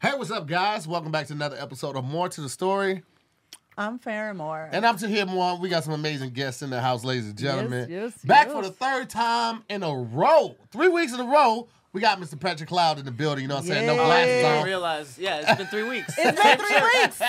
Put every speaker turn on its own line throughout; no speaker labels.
Hey, what's up, guys? Welcome back to another episode of More to the Story.
I'm Farrah Moore.
And I'm to hear more. We got some amazing guests in the house, ladies and gentlemen.
yes,
back for
yes.
the third time in a row. Three weeks in a row, we got Mr. Patrick Cloud in the building. You know what I'm saying? No
Yeah.
glasses
Yeah.
I
on.
realize, yeah, it's been three weeks.
it's been three weeks.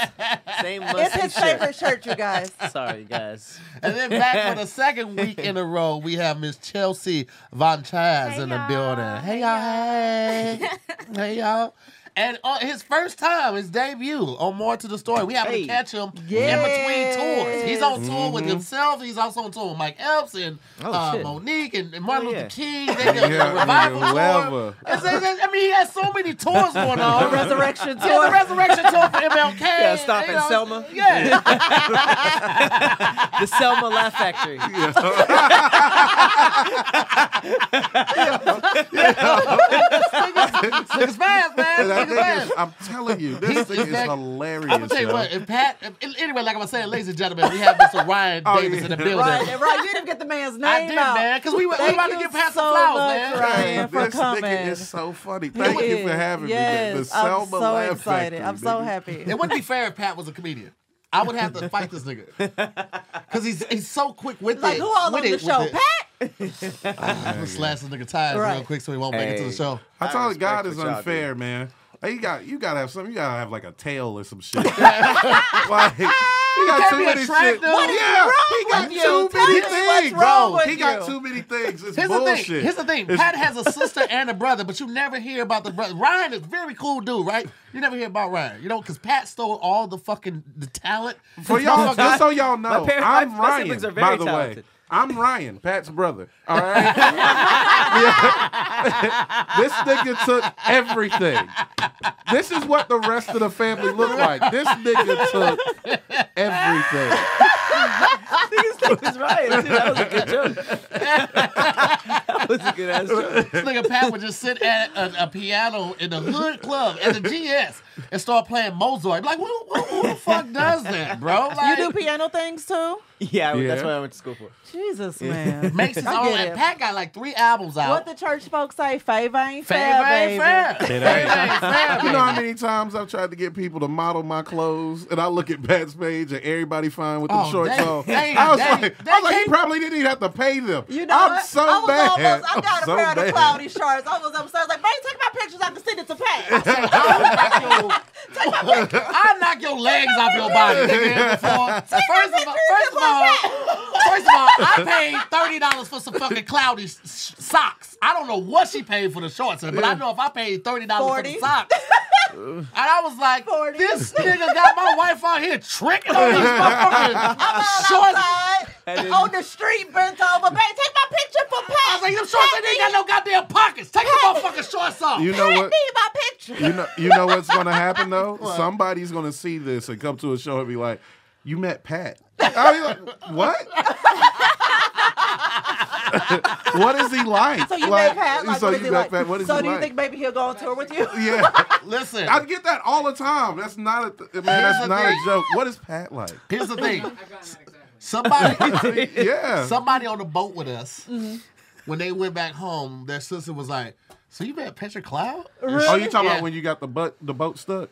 Same look,
It's
same
his
shirt.
favorite shirt, you guys.
Sorry, guys.
And then back for the second week in a row, we have Miss Chelsea Von Chaz
Hey,
in the
y'all.
building. Hey,
Hey,
y'all. Hey. hey, y'all. And on his first time, his debut on More to the Story. We happen to
Hey. Mm-hmm.
catch him
Yes.
in between tours. He's on tour with himself. He's also on tour with Mike Epps and
Oh,
uh,
shit.
Monique and, and Martin
Oh, yeah.
Luther King. They did
Yeah,
a revival tour.
whoever.
It's- it's- I mean, he has so many tours going on.
The resurrection tour.
Yeah, the resurrection tour for MLK.
Yeah, stop
you
at
know,
Selma.
Yeah.
The Selma Laugh Factory.
Niggas fast, man. Niggas
That thing
fast.
is, I'm telling you, this thing is
back-
hilarious.
I'm gonna tell you
yo.
what. If Pat, if, anyway, like I was saying, ladies and gentlemen, we have Mr. Ryan
Oh,
Davis in the
yeah.
building.
Right, right. You didn't get the man's name
I did,
out.
man, because we were, we
Thank
about to
you
get past
so
the flowers,
much,
man.
Ryan.
Hey,
for
this
coming.
nigga is so funny. Thank you for
Yes,
having
yes,
me. The
I'm
Selma
so
Laugh
excited.
Factory,
I'm so
nigga.
happy.
It wouldn't be fair if Pat was a comedian. I would have to fight this nigga because he's he's so quick with
Like
it.
who all
with
on the
it,
show?
with it.
Pat.
I'm gonna slash this nigga tires real
Right.
quick so he won't make it to the
Hey.
show.
I
I
told you,
respect
God is
what y'all
unfair, man. Like, you got you gotta have something. You gotta have like a tail or some shit. like, you
can't
got too
be
many
attractive.
shit.
What
is
yeah,
wrong
he got
with you? Tell
too many
me what's
things.
wrong
Bro,
with
he got
you.
too many things. It's
Here's
bullshit.
the thing. Here's the thing. Pat has a sister and a brother, but you never hear about the brother. Ryan is very cool dude, right? You never hear about Ryan, you know, because Pat stole all the fucking the talent.
For y'all, just so y'all know,
parents-
I'm
my- my
Ryan.
siblings are
by
very
the way,
talented.
I'm Ryan, Pat's brother. All right. Yeah. this nigga took everything. This is what the rest of the family looked like. This nigga took everything.
These things right. That was a good joke. that was a good ass joke.
This nigga Pat would just sit at a, a piano in the hood club at the GS and start playing Mozart. Like, who, who, who the fuck does that, bro?
You
Like,
do piano things too?
Yeah,
Yeah.
that's what I went to school for.
Jesus, man.
makes his
I
own.
get
And
it.
Pat got like three albums out.
What the church folks say, favor ain't fair,
Fab,
baby.
ain't fair.
It
Fab ain't fair,
You know how
baby.
many times I've tried to get people to model my clothes, and I look at Pat's page and everybody fine with them
Oh,
shorts
they-
on.
they-
I was
they-
like, I was like,
they-
he probably didn't even have to pay them.
You know,
I'm
what?
so
I was
bad.
almost, I got
I'm
a
so
pair of the
bad.
cloudy shorts. I was upstairs like, baby, take my pictures. I can send it to Pat.
I'll knock your legs off your body. nigga, before- First of all, first of all, first of all, I paid thirty dollars for some fucking cloudy s- s- socks. I don't know what she paid for the shorts, but I know if I paid thirty dollars for the
40.
socks, and I was like,
40.
this nigga got my wife out here tricking on these motherfucking shorts.
Outside, on the street, bent over. Baby, take my picture for Pat.
I was like, them shorts they ain't got no goddamn pockets. Take the motherfucking shorts off.
You know
Pat
what?
need my picture.
You know, you know what's gonna happen though. Somebody's gonna see this and come to a show and be like, "You met Pat." I'll be like, "What? what is he like?"
So you
like,
made Pat like
so
what
you
is he
met
like?
Pat. What is
so
he
do you
like?
think maybe he'll go on tour with you?
yeah,
Listen,
I get that all the time. That's not a th- man. That's
the
not
thing.
a joke. What is Pat like?
here's the thing. Somebody,
Yeah.
somebody on the boat with us,
Mm-hmm.
when they went back home, their sister was like, "So you met Petra Cloud?"
Oh, you talking
Yeah.
about when you got the butt the boat stuck?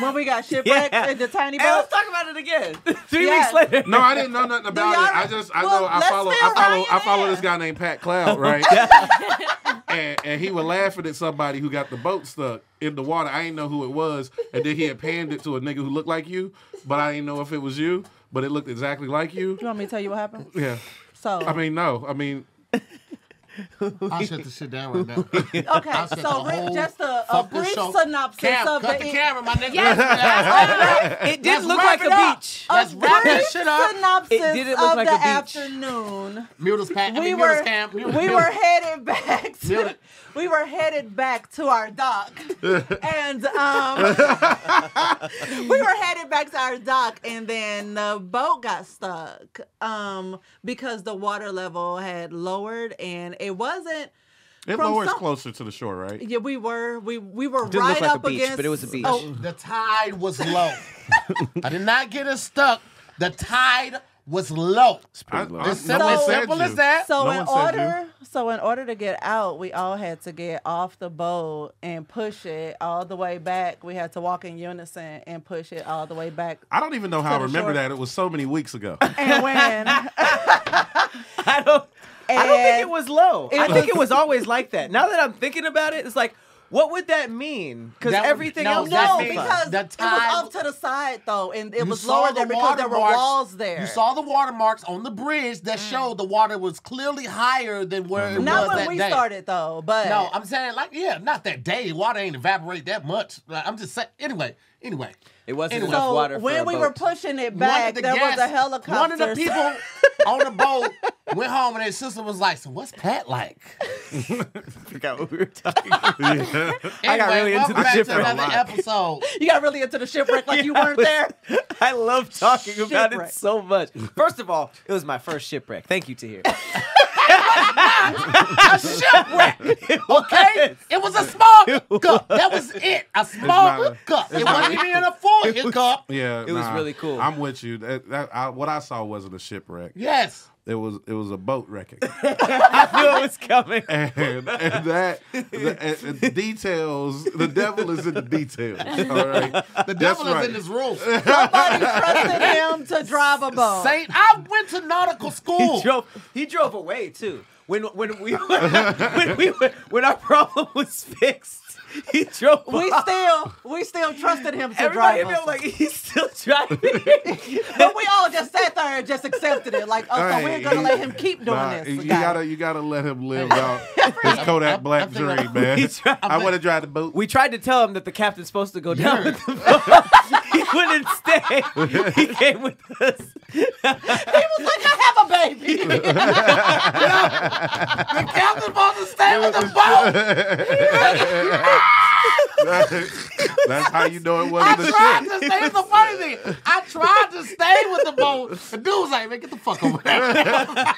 when we got shipwrecked
Yeah.
in the tiny
Hey,
boat.
let's talk about it again. Three
Yes.
weeks later.
No, I didn't know nothing about
y'all-
it. I just I
Well,
know I
let's
follow
feel
I follow I
Ryan
follow
in.
this guy named Pat Cloud, right? and, and he was laughing at somebody who got the boat stuck in the water. I didn't know who it was, and then he had panned it to a nigga who looked like you, but I didn't know if it was you. But it looked exactly like you.
You want me to tell you what happened?
Yeah.
So
I mean, no. I mean,
I shut the shit down right now.
okay,
said the
so re-
whole
just a, a
fucking
brief
show.
synopsis
Cam,
of
cut the,
the e-
camera, my nigga.
Yes.
It Uh,
Let's
did look
wrap
like
it
a
up.
beach.
Let's
a
wrap
brief
that shit up.
synopsis
It didn't look
of
like
the
a beach.
afternoon.
Mute us, Pat. I
We
mean, mute us,
were
Cam. Mute us,
we
mute
were
us.
headed back to
Mute
we were headed back to our dock, and um, we were headed back to our dock, and then the boat got stuck um, because the water level had lowered, and it wasn't.
it
From
lowers
some-
closer to the shore, right?
Yeah, we were we we were
didn't
right
look like a
up
beach,
against.
but it was a beach.
Oh,
The tide was low. I did not get us stuck. The tide was low.
I, I,
Pretty low.
no
Simple,
one
so-
said
simple
you.
as that.
So
No
in
one said you.
order, so in order to get out, we all had to get off the boat and push it all the way back. We had to walk in unison and push it all the way back.
I don't even know how I
the
remember
shore.
that. It was so many weeks ago.
And when and
I don't. I don't think it was low. I think it was always like that. Now that I'm thinking about it, it's like, what would that mean? Because
That would-
everything
no,
else
that
no,
was
means-
fine.
because
The
it
time-
was off to the side though, and it
You
was
saw
lower
the
there because there were
watermarks-
walls there. Mm.
You saw the watermarks on the bridge that showed the water was clearly higher than where it
not
was
when
that
we
day.
started though, but
No, I'm saying like yeah, not that day. Water ain't evaporate that much. Like, I'm just saying. Anyway, anyway.
It wasn't
Anyway.
enough
so
water. for
when
a
we
boat.
were pushing
One
it
of
back,
the
there
guests-
was a helicopter.
One of the people on the boat went home and their sister was like, "So what's Pat like?"
I forgot what we were talking about.
Yeah.
Anyway,
got really into
welcome
the
back
ship
to
for a
another
lot.
episode.
you got really into the shipwreck like you
I
weren't
was-
there.
I love talking about
Shipwreck.
it so much. First of all, it was my first shipwreck. Thank you, Tahir.
A shipwreck, okay? It was a small hiccup. That was it. A small
not a-
hiccup. It
it's not
wasn't
a-
even in a full hiccup.
Yeah,
It was
nah,
really cool.
I'm with you. That, that, I, what I saw wasn't a shipwreck.
Yes.
It was it was a boat wrecking,
I knew it was coming.
and, and that the, and- and the details. The devil is in the details. All right,
The devil is in this room.
Somebody trusted him to drive a boat.
Saint, I went to nautical
He
school.
drove. He drove away too. When when we when we when our problem was fixed, he drove.
we
off.
still we still trusted him to
Everybody
drive
felt
us.
like he's still driving.
but we all just sat there and just accepted it. Like, oh, so
Hey,
we're gonna
you-
let him keep doing
Nah,
this.
you
Got it.
gotta you gotta let him live out his Kodak
I'm-
Black
I'm thinking-
dream, man.
We tried-
I want to drive the boat.
we tried to tell him that the captain's supposed to go down
Yeah.
with the boat. he wouldn't stay. He came with us.
like I have a baby.
The captain about to stay with the boat.
That's how you know it
I
wasn't a
tried
ship.
to stay. It's the funny thing. I tried to stay with the boat. The dude's like, man, get the fuck over there.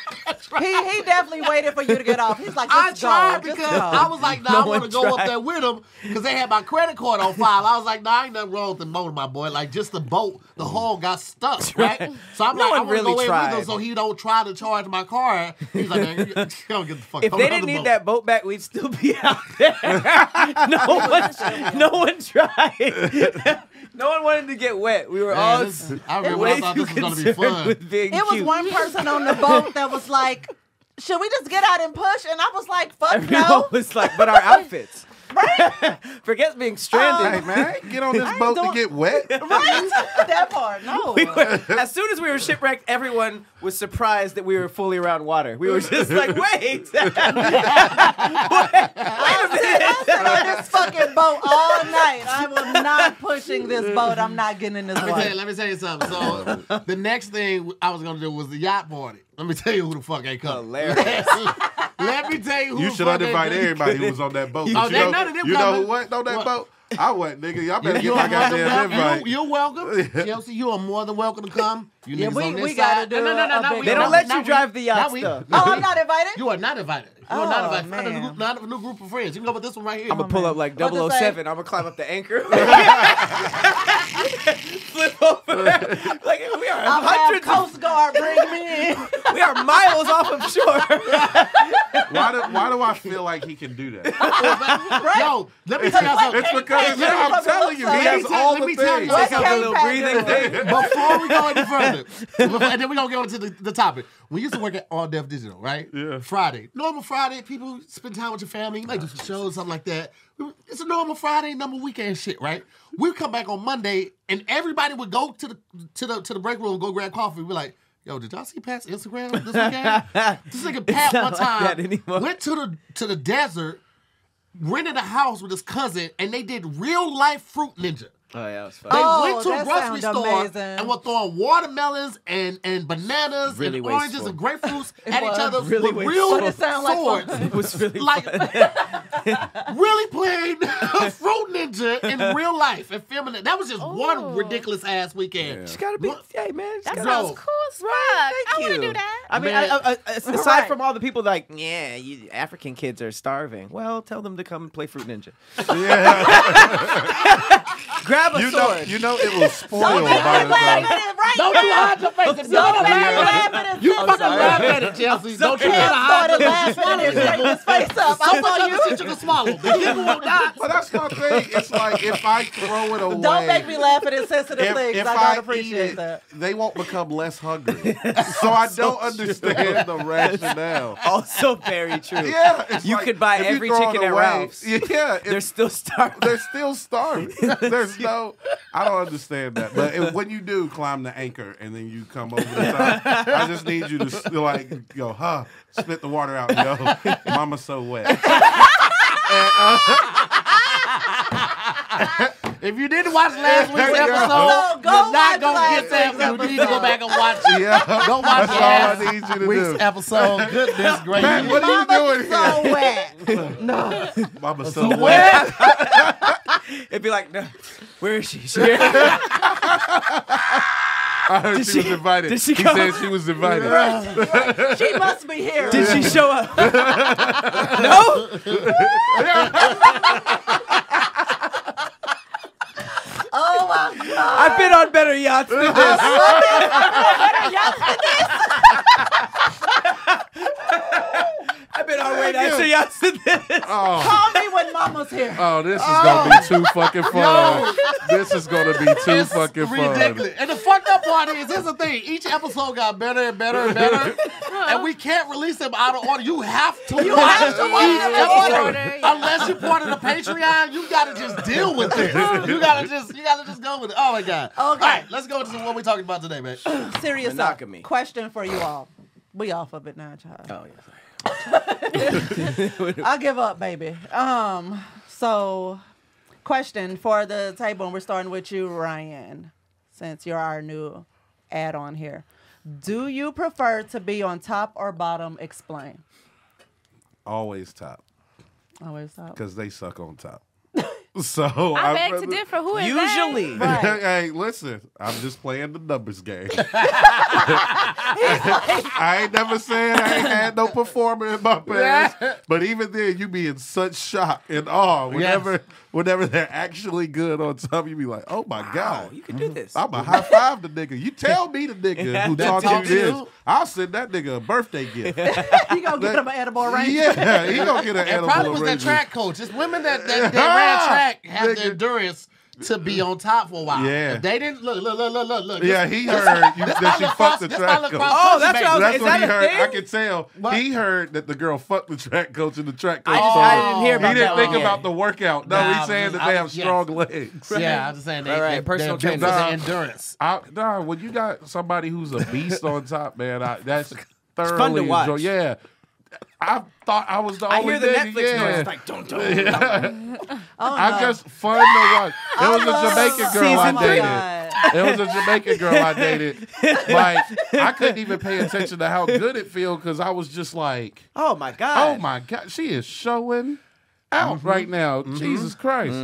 he he definitely waited for you to get off. He's like,
I
just
tried
go, just
because
go.
I was like, nah,
No
I want to
one
go up
tried.
there with them because they had my credit card on file. I was like, nah, ain't nothing wrong with the boat, my boy. Like, just the boat, the hull got stuck, right? So I'm
No
like, I
one
want to
really
go in
tried.
with him so he don't try to charge my car. He's like, man, you don't get the fuck
If
over
they
there,
didn't
the
need
boat.
that boat back, we'd still be out there. no one, no one tried. no one wanted to get wet. We were all
Man, this- I remember
way
I thought
too
this was going to be
concerned
fun.
with being
it was
cute.
one person on the boat that was like, should we just get out and push? And I was like, fuck
Everyone
no.
was like, but our outfits. Forget being stranded.
Hey man, get on this
ain't
boat to
doing-
get wet.
Right? that part, no.
We were- as soon as we were shipwrecked, everyone was surprised that we were fully around water. We were just like, wait.
I sit on this fucking boat all night. I am not pushing this boat. I'm not getting in this
Let me, tell you,
water.
let me tell you something. So the next thing I was gonna do was the yacht party. Let me tell you who the fuck ain't coming.
Hilarious.
Let me tell you who
You
the
should
fuck
have
ain't
invited
coming.
everybody who was on that boat.
You
But
should.
you know,
Oh, None of them
you know
coming.
who wasn't on that
What?
boat? I wasn't, nigga. Y'all better
You
get my
are more than
goddamn
welcome.
invite.
You, are welcome, Chelsea. You are more than welcome to come. You
Yeah,
niggas
we-
on this
we
side.
gotta do
no, no, no, no,
a- a
no,
big
we-
They
no,
don't let
no,
you
we-
drive the
no,
yacht
we-
stuff.
Oh, I'm not invited?
You are not invited. You are
Oh,
not invited. Find a
man.
new- Not a new group of friends. You can go with this one right here.
I'm gonna pull up like
I'm about to
007. I'm gonna climb up the anchor. Flip over. Like we are
I'll have
hundreds of,
Coast Guard bring me in.
we are miles off of shore.
Why do, why do I feel like he can do that?
right? Yo, let me tell y'all something.
It's
Let
because
me
I'm
tell
telling
you
you, he
Let me
something.
has
tell-
all
let
the
me tell you
things.
What
Take out the
can't
little
Pat
breathing
do?
thing.
Before we go any further, before- and then we're gonna go into the, the topic. We used to work at All Deaf Digital, right?
Yeah.
Friday. Normal Friday, people spend time with your family, you might do some shows, something like that. It's a normal Friday, normal weekend shit, right? We come back on Monday and everybody would go to the to the to the break room, go grab coffee. We're like, yo, did y'all see Pat's Instagram this weekend? this nigga Pat one
not like
time
that anymore.
went to the to the desert, rented a house with his cousin, and they did real life fruit ninja.
Oh yeah, it's
They
fun.
Oh,
went to a
that
grocery
sounds
store
amazing.
and were throwing watermelons and, and bananas
Really
and
wasteful.
oranges and grapefruits at
was
each other
really
with
wasteful.
real
But it sound like
swords.
It was really
Like,
fun.
really playing Fruit Ninja in real life and filming it. That was just one
Oh.
Ooh.
ridiculous ass weekend.
Yeah.
She gotta be, hey man, she
That
gotta-
No.
sounds cool as fuck. I
Thank
want to
you.
do that.
I mean,
Man.
I, I, I- aside
Right.
from all the people like, yeah, you African kids are starving. Well, tell them to come and play Fruit Ninja.
Yeah.
Grab a
You know,
sword.
you know it was spoiled
Don't be
by the
laughing
time.
at it right
Don't
now.
you hide your face. If you
Don't
don't
be
laugh
laughing at it.
you
I'm
fucking
sorry.
laugh at it, Chelsea. Don't you try
Cam
to hide
started
your
laughing at it, straightened his face up. I
So much
saw
other
you.
shit you can swallow. But you will not.
But that's my thing. It's like if I throw it away.
Don't make me laugh at insensitive
if,
things.
if
I
I
don't appreciate
eat it,
that.
they won't become less hungry. so I don't understand the rationale.
Oh,
also very true.
Yeah, it's
You could buy
if you
every
throw it
chicken at
away-
Ralph's.
Yeah,
They're
it's,
still starving.
they're still starving. There's no, I don't understand that. But it, when you do climb the anchor and then you come over the top, I just need you to s- like go, huh? Spit the water out, yo. Mama's so wet.
If you didn't watch last week's
Yeah.
episode,
So go
you're
watch
not gonna
last
get that.
week's
You need to go
episode.
back and watch
Yeah,
Go watch
that's all
last
I need you to
week's
do.
episode. Goodness
Pat,
gracious.
what are you doing
So
here?
wet.
Mama's so wet.
Well,
It'd be like, no, where is she? She-
I heard
Did
she,
she-
was invited.
did she
he
come?
said she was invited.
She must be here.
Did she show up? no.
Oh my God.
I've been on better yachts than this. I've been on way nicer yachts than this.
Oh,
Call me when mama's here.
oh, this is gonna be too fucking fun. This is gonna be too
it's
fucking fun.
ridiculous. And the fucked up part is, here's the thing: each episode got better and better and better, and we can't release them out of order. You have to watch
have to watch
each
them in
episode.
order, yeah.
unless you're part of the Patreon. You gotta just deal with this. You gotta just, you gotta just go with it. Oh my god. All right, let's go into what we talking about today, man.
Serious
Monogamy.
up. question for you all. We off of it now, child.
Oh,
I give up, baby. Um, so question for the table, and we're starting with you, Ryan, since you're our new add on here. Do you prefer to be on top or bottom? Explain.
Always top,
Always top.
cause they suck on top. So
I
I'd
beg
rather-
to differ. Who is that?
Usually.
Right.
Hey, listen, I'm just playing the numbers game. I ain't never said I ain't had no performer in my past, but even then, you be in such shock and awe whenever, whenever they're actually good on something. You be like, oh my
Wow,
god,
you can do this.
I'm a high five the nigga. You tell me the nigga who
That
taught
talk
you
to
this,
you?
I'll send that nigga a birthday gift.
you gonna get him an edible range?
yeah, he gonna get an
And
edible
probably was their
arrangement.
track coach. It's women that, that, that ran track have
Nigga.
the endurance to be on top for a while.
Yeah.
If they didn't look, look, look, look, look, look.
Yeah, he heard you, that she fucked the
this
track
my
coach.
lacrosse
Oh,
coaching baby.
that's what I was-
That's
is
what
that
he
a
heard. I
thing?
could tell.
What?
He heard that the girl fucked the track coach and the track coach.
I just- I
told him.
didn't hear about
He didn't
that
think
one.
about the workout. No,
Nah,
he's saying
man,
that they
I-
have
yes.
strong legs.
Yeah, I'm just saying they,
Right, right,
they
personal
they're built
trainer.
for the endurance.
I, nah, when you got somebody who's a beast on top, man, I, that's thoroughly
fun to watch.
enjoy- Yeah, I thought I was the
I
only
hear the
nigga,
Netflix
yeah.
noise. It's like, don't, don't.
Oh,
I'm just fun to watch. It was a Jamaican girl
Season
I
three.
dated. It was a Jamaican girl I dated. Like I couldn't even pay attention to how good it felt because I was just like,
Oh, my God.
"Oh my god, she is showing out right now, Jesus Christ!"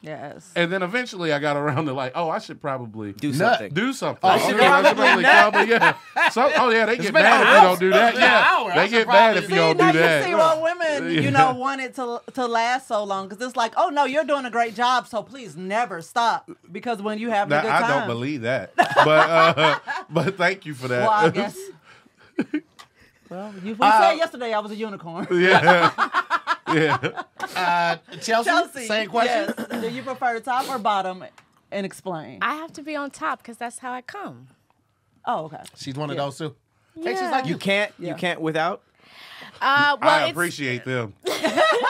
Yes.
And then eventually I got around to like, "Oh, I should probably
Do
do,
something.
something."
I
I
should
should probably probably, yeah. So, oh yeah, they get
been
mad
an
if you
hour.
don't do
It's
that.
been an hour. I
Yeah, they
should
get mad
probably
if
See,
you don't
now
do
you see
that.
why women, you know, want it to to last so long because it's like, oh no, you're doing a great job, so please never stop because when you have a
Now,
good time,
I don't believe that, but uh, but thank you for that.
Well, I guess. well, you, we said yesterday I was a unicorn.
yeah, yeah.
Uh, Chelsea,
Chelsea,
same question.
Yes. Do you prefer top or bottom? And explain.
I have to be on top because that's how I come.
oh, okay.
She's one of
Yeah.
those too. Hey, she's
Yeah.
like
You
you.
can't.
Yeah.
You can't without.
Uh, well,
I
it's-
appreciate them.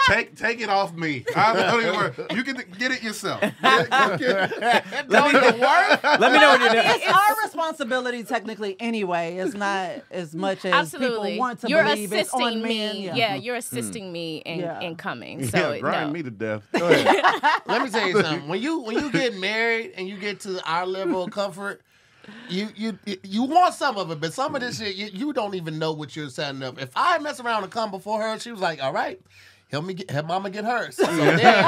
take take it off me. I don't even worry. You can get it yourself.
Don't even work.
Let me know when you're done.
It's our responsibility, technically. Anyway, it's not as much as
Absolutely.
people want to
you're
believe it's
assisting
on
me.
men.
Yeah. you're assisting me in,
Yeah.
in coming. So
Mm. yeah, grind
no.
me to death. Go ahead.
Let me tell you something. When you when you get married and you get to our level of comfort, you you you want some of it, but some of this shit you, you don't even know what you're setting up. If I mess around and come before her, she was like, "All right, help me get help mama get hers." So then, then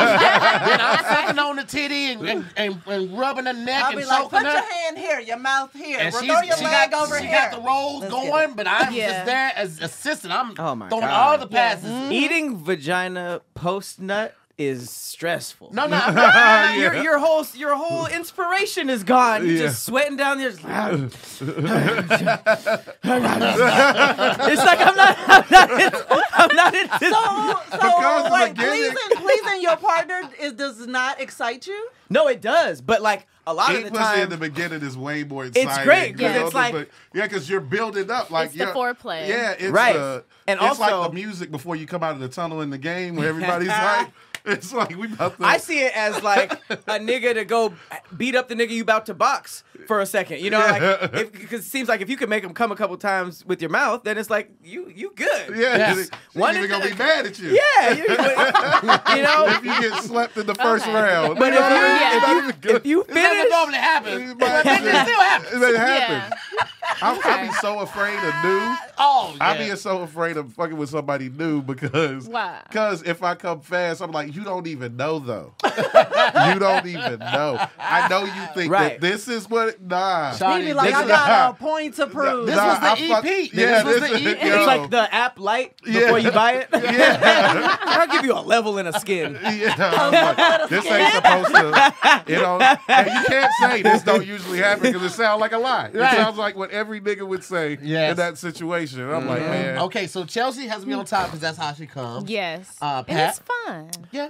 I'm sucking on the titty and and, and, and rubbing her neck
I'll
and
be like,
choking
put
her.
your hand here, your mouth here,
And
throw
she's,
your
she
leg
got,
over
she
here.
got the rolls
Let's get
going, but I'm
Yeah.
just there as assistant. I'm
Oh my
throwing
God.
all the passes.
Eating vagina post nut is stressful.
No, no, I'm
Uh,
not-
Your, your whole your whole inspiration is gone. You're
Yeah.
just sweating down there. just- it's like I'm not I'm not in- I'm not into
So,
Because
so
it's
wait,
a gimmick.
pleasing, pleasing your partner is, does not excite you?
No, it does, but like a lot
Eat
of the
pussy
time
in the beginning is way more
great,
exciting.
'cause
you know,
it's
than-
like-
but- yeah, because you're building up like
It's the
you're-
foreplay.
Yeah, it's
Right.
the-
And
it's like
also-
the music before you come out of the tunnel in the game where everybody's like, it's like we about to.
I see it as like a nigga to go beat up the nigga you about to box for a second. You know, like because it seems like if you can make him come a couple times with your mouth, then it's like you you good.
Yeah,
Yes.
yes.
One
one even
is
gonna
the-
be mad at you.
yeah. You, you know,
if you get slept in the first
Okay.
round.
but
you know what I mean?
Yeah.
It's
if
not
you
even
if you
good.
if you
That's
finish,
what normally happens.
But
But it still happens.
It
Yeah.
happens. I'm, I be so afraid of new.
Oh, yeah.
I be so afraid of fucking with somebody new because
Why?
Because if I come fast, I'm like, you don't even know though. you don't even know. I know you think
Right.
that this is what. Nah.
Sorry.
He be like,
this
I
is-
got a point to prove.
This
nah,
was the
I fuck-
EP.
yeah,
This was
this
the E
is-
EP.
yo.
it's like the app light before
Yeah.
you buy it.
Yeah.
I'll give you a level in a skin.
Yeah, I'm like, this ain't supposed to, you know. And you can't say this don't usually happen because it sounds like a lie. It
Right.
sounds like what every nigga would say
Yes.
in that situation. And I'm like, man,
Mm-hmm. Okay, so Chelsea has me on top because that's how she comes.
Yes.
Uh,
and
Pat?
it's fun.
Yeah.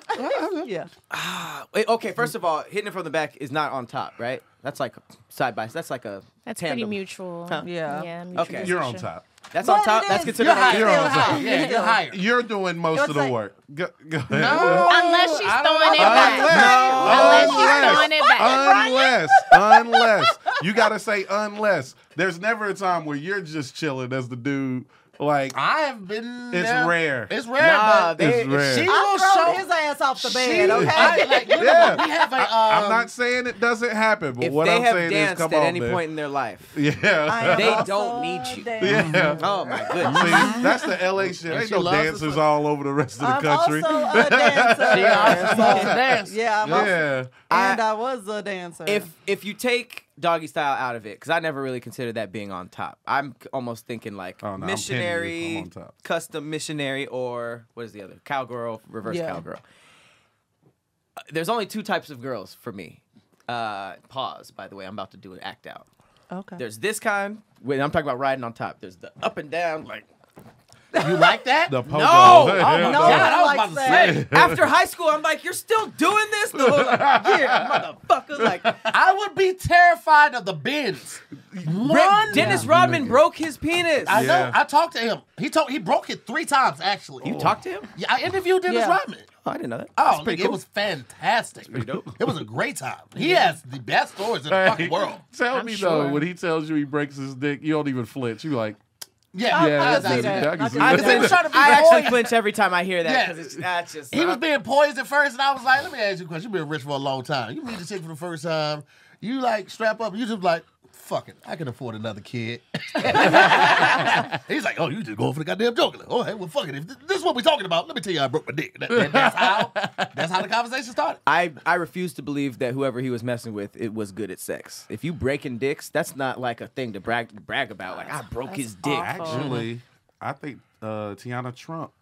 yeah.
Wait, okay,
Mm-hmm.
first of all, hitting it from the back is not on top, right? That's like side by side. That's like a
That's
tandem.
pretty mutual.
Yeah.
Yeah. Mutual
Okay.
you're on
discussion.
top.
That's
But
on top.
it
That's
is-
considered.
You're
on
higher.
top.
You're on top.
Yeah, you're higher.
You're doing most
It
of
was
the
like-
work. Go, go ahead.
Unless she's
I don't
throwing it
know.
back. Unless
Unless,
you're throwing it back.
unless, unless, you gotta say unless. There's never a time where you're just chilling as the dude. Like
I have been.
It's
there.
rare.
It's rare,
Nah,
but
it's rare.
she
I
will
throw
show.
his ass off the
she,
bed, okay?
I, like, you know,
Yeah.
we have a. Um,
I, am not saying it doesn't happen, but
If
what
they
I'm
have
saying
danced
is, come
at
on,
any
man.
point in their life,
yeah,
They don't need you.
yeah.
oh my goodness.
See, that's the LA shit. Ain't
she
no
loves us
dancers
with-
all over the rest of
I'm
the country.
also a dancer.
She also loves to dance.
yeah, I'm also-
yeah,
and I was a dancer.
if if you take doggy style out of it, because I never really considered that being on top. I'm c- almost thinking like
Oh, no, I'm petty if I'm
missionary,
on top.
custom missionary, or what is the other cowgirl, reverse
Yeah.
cowgirl. Uh, There's only two types of girls for me. Uh, pause. By the way, I'm about to do an act out.
okay.
There's this kind. When I'm talking about riding on top, there's the up and down. Like
You like that?
the pogo.
Oh,
no,
God, I was
like
about to
that.
say.
after high school, I'm like, you're still doing this. The whole like, yeah, motherfucker. Like
I would be terrified of the bins. One,
Dennis Rodman broke his penis.
I know.
Yeah. Oh.
I talked to him. He told he broke it three times actually.
You talked to him?
Yeah, I interviewed Dennis
Yeah.
Rodman.
Oh, I didn't know that.
Oh,
That's pretty
nigga,
cool.
it was fantastic.
dope.
It was a great time. He has the best stories in the fucking world.
Tell
I'm
me
sure.
though, when he tells you he breaks his dick, you don't even flinch. You like,
Yeah,
yeah,
I
that's
can see
it.
that.
I can see
I,
that.
Because they was trying to be
I actually
boys.
flinch every time I hear
Yeah.
that because it's that's just
he was being poised at first, and I was like, "Let me ask you a question. You've been rich for a long time. You meet the chick for the first time. You like strap up. You just like." Fuck it, I can afford another kid. He's like, oh, you just going for the goddamn joke. Like, oh, hey, well, fuck it. If th- this is what we're talking about, let me tell you, I broke my dick. That- that- that's how. That's how the conversation started.
I, I refuse to believe that whoever he was messing with it was good at sex. If you breaking dicks, that's not like a thing to brag brag about. Like I broke his dick.
Actually, I think uh, Tiana Trump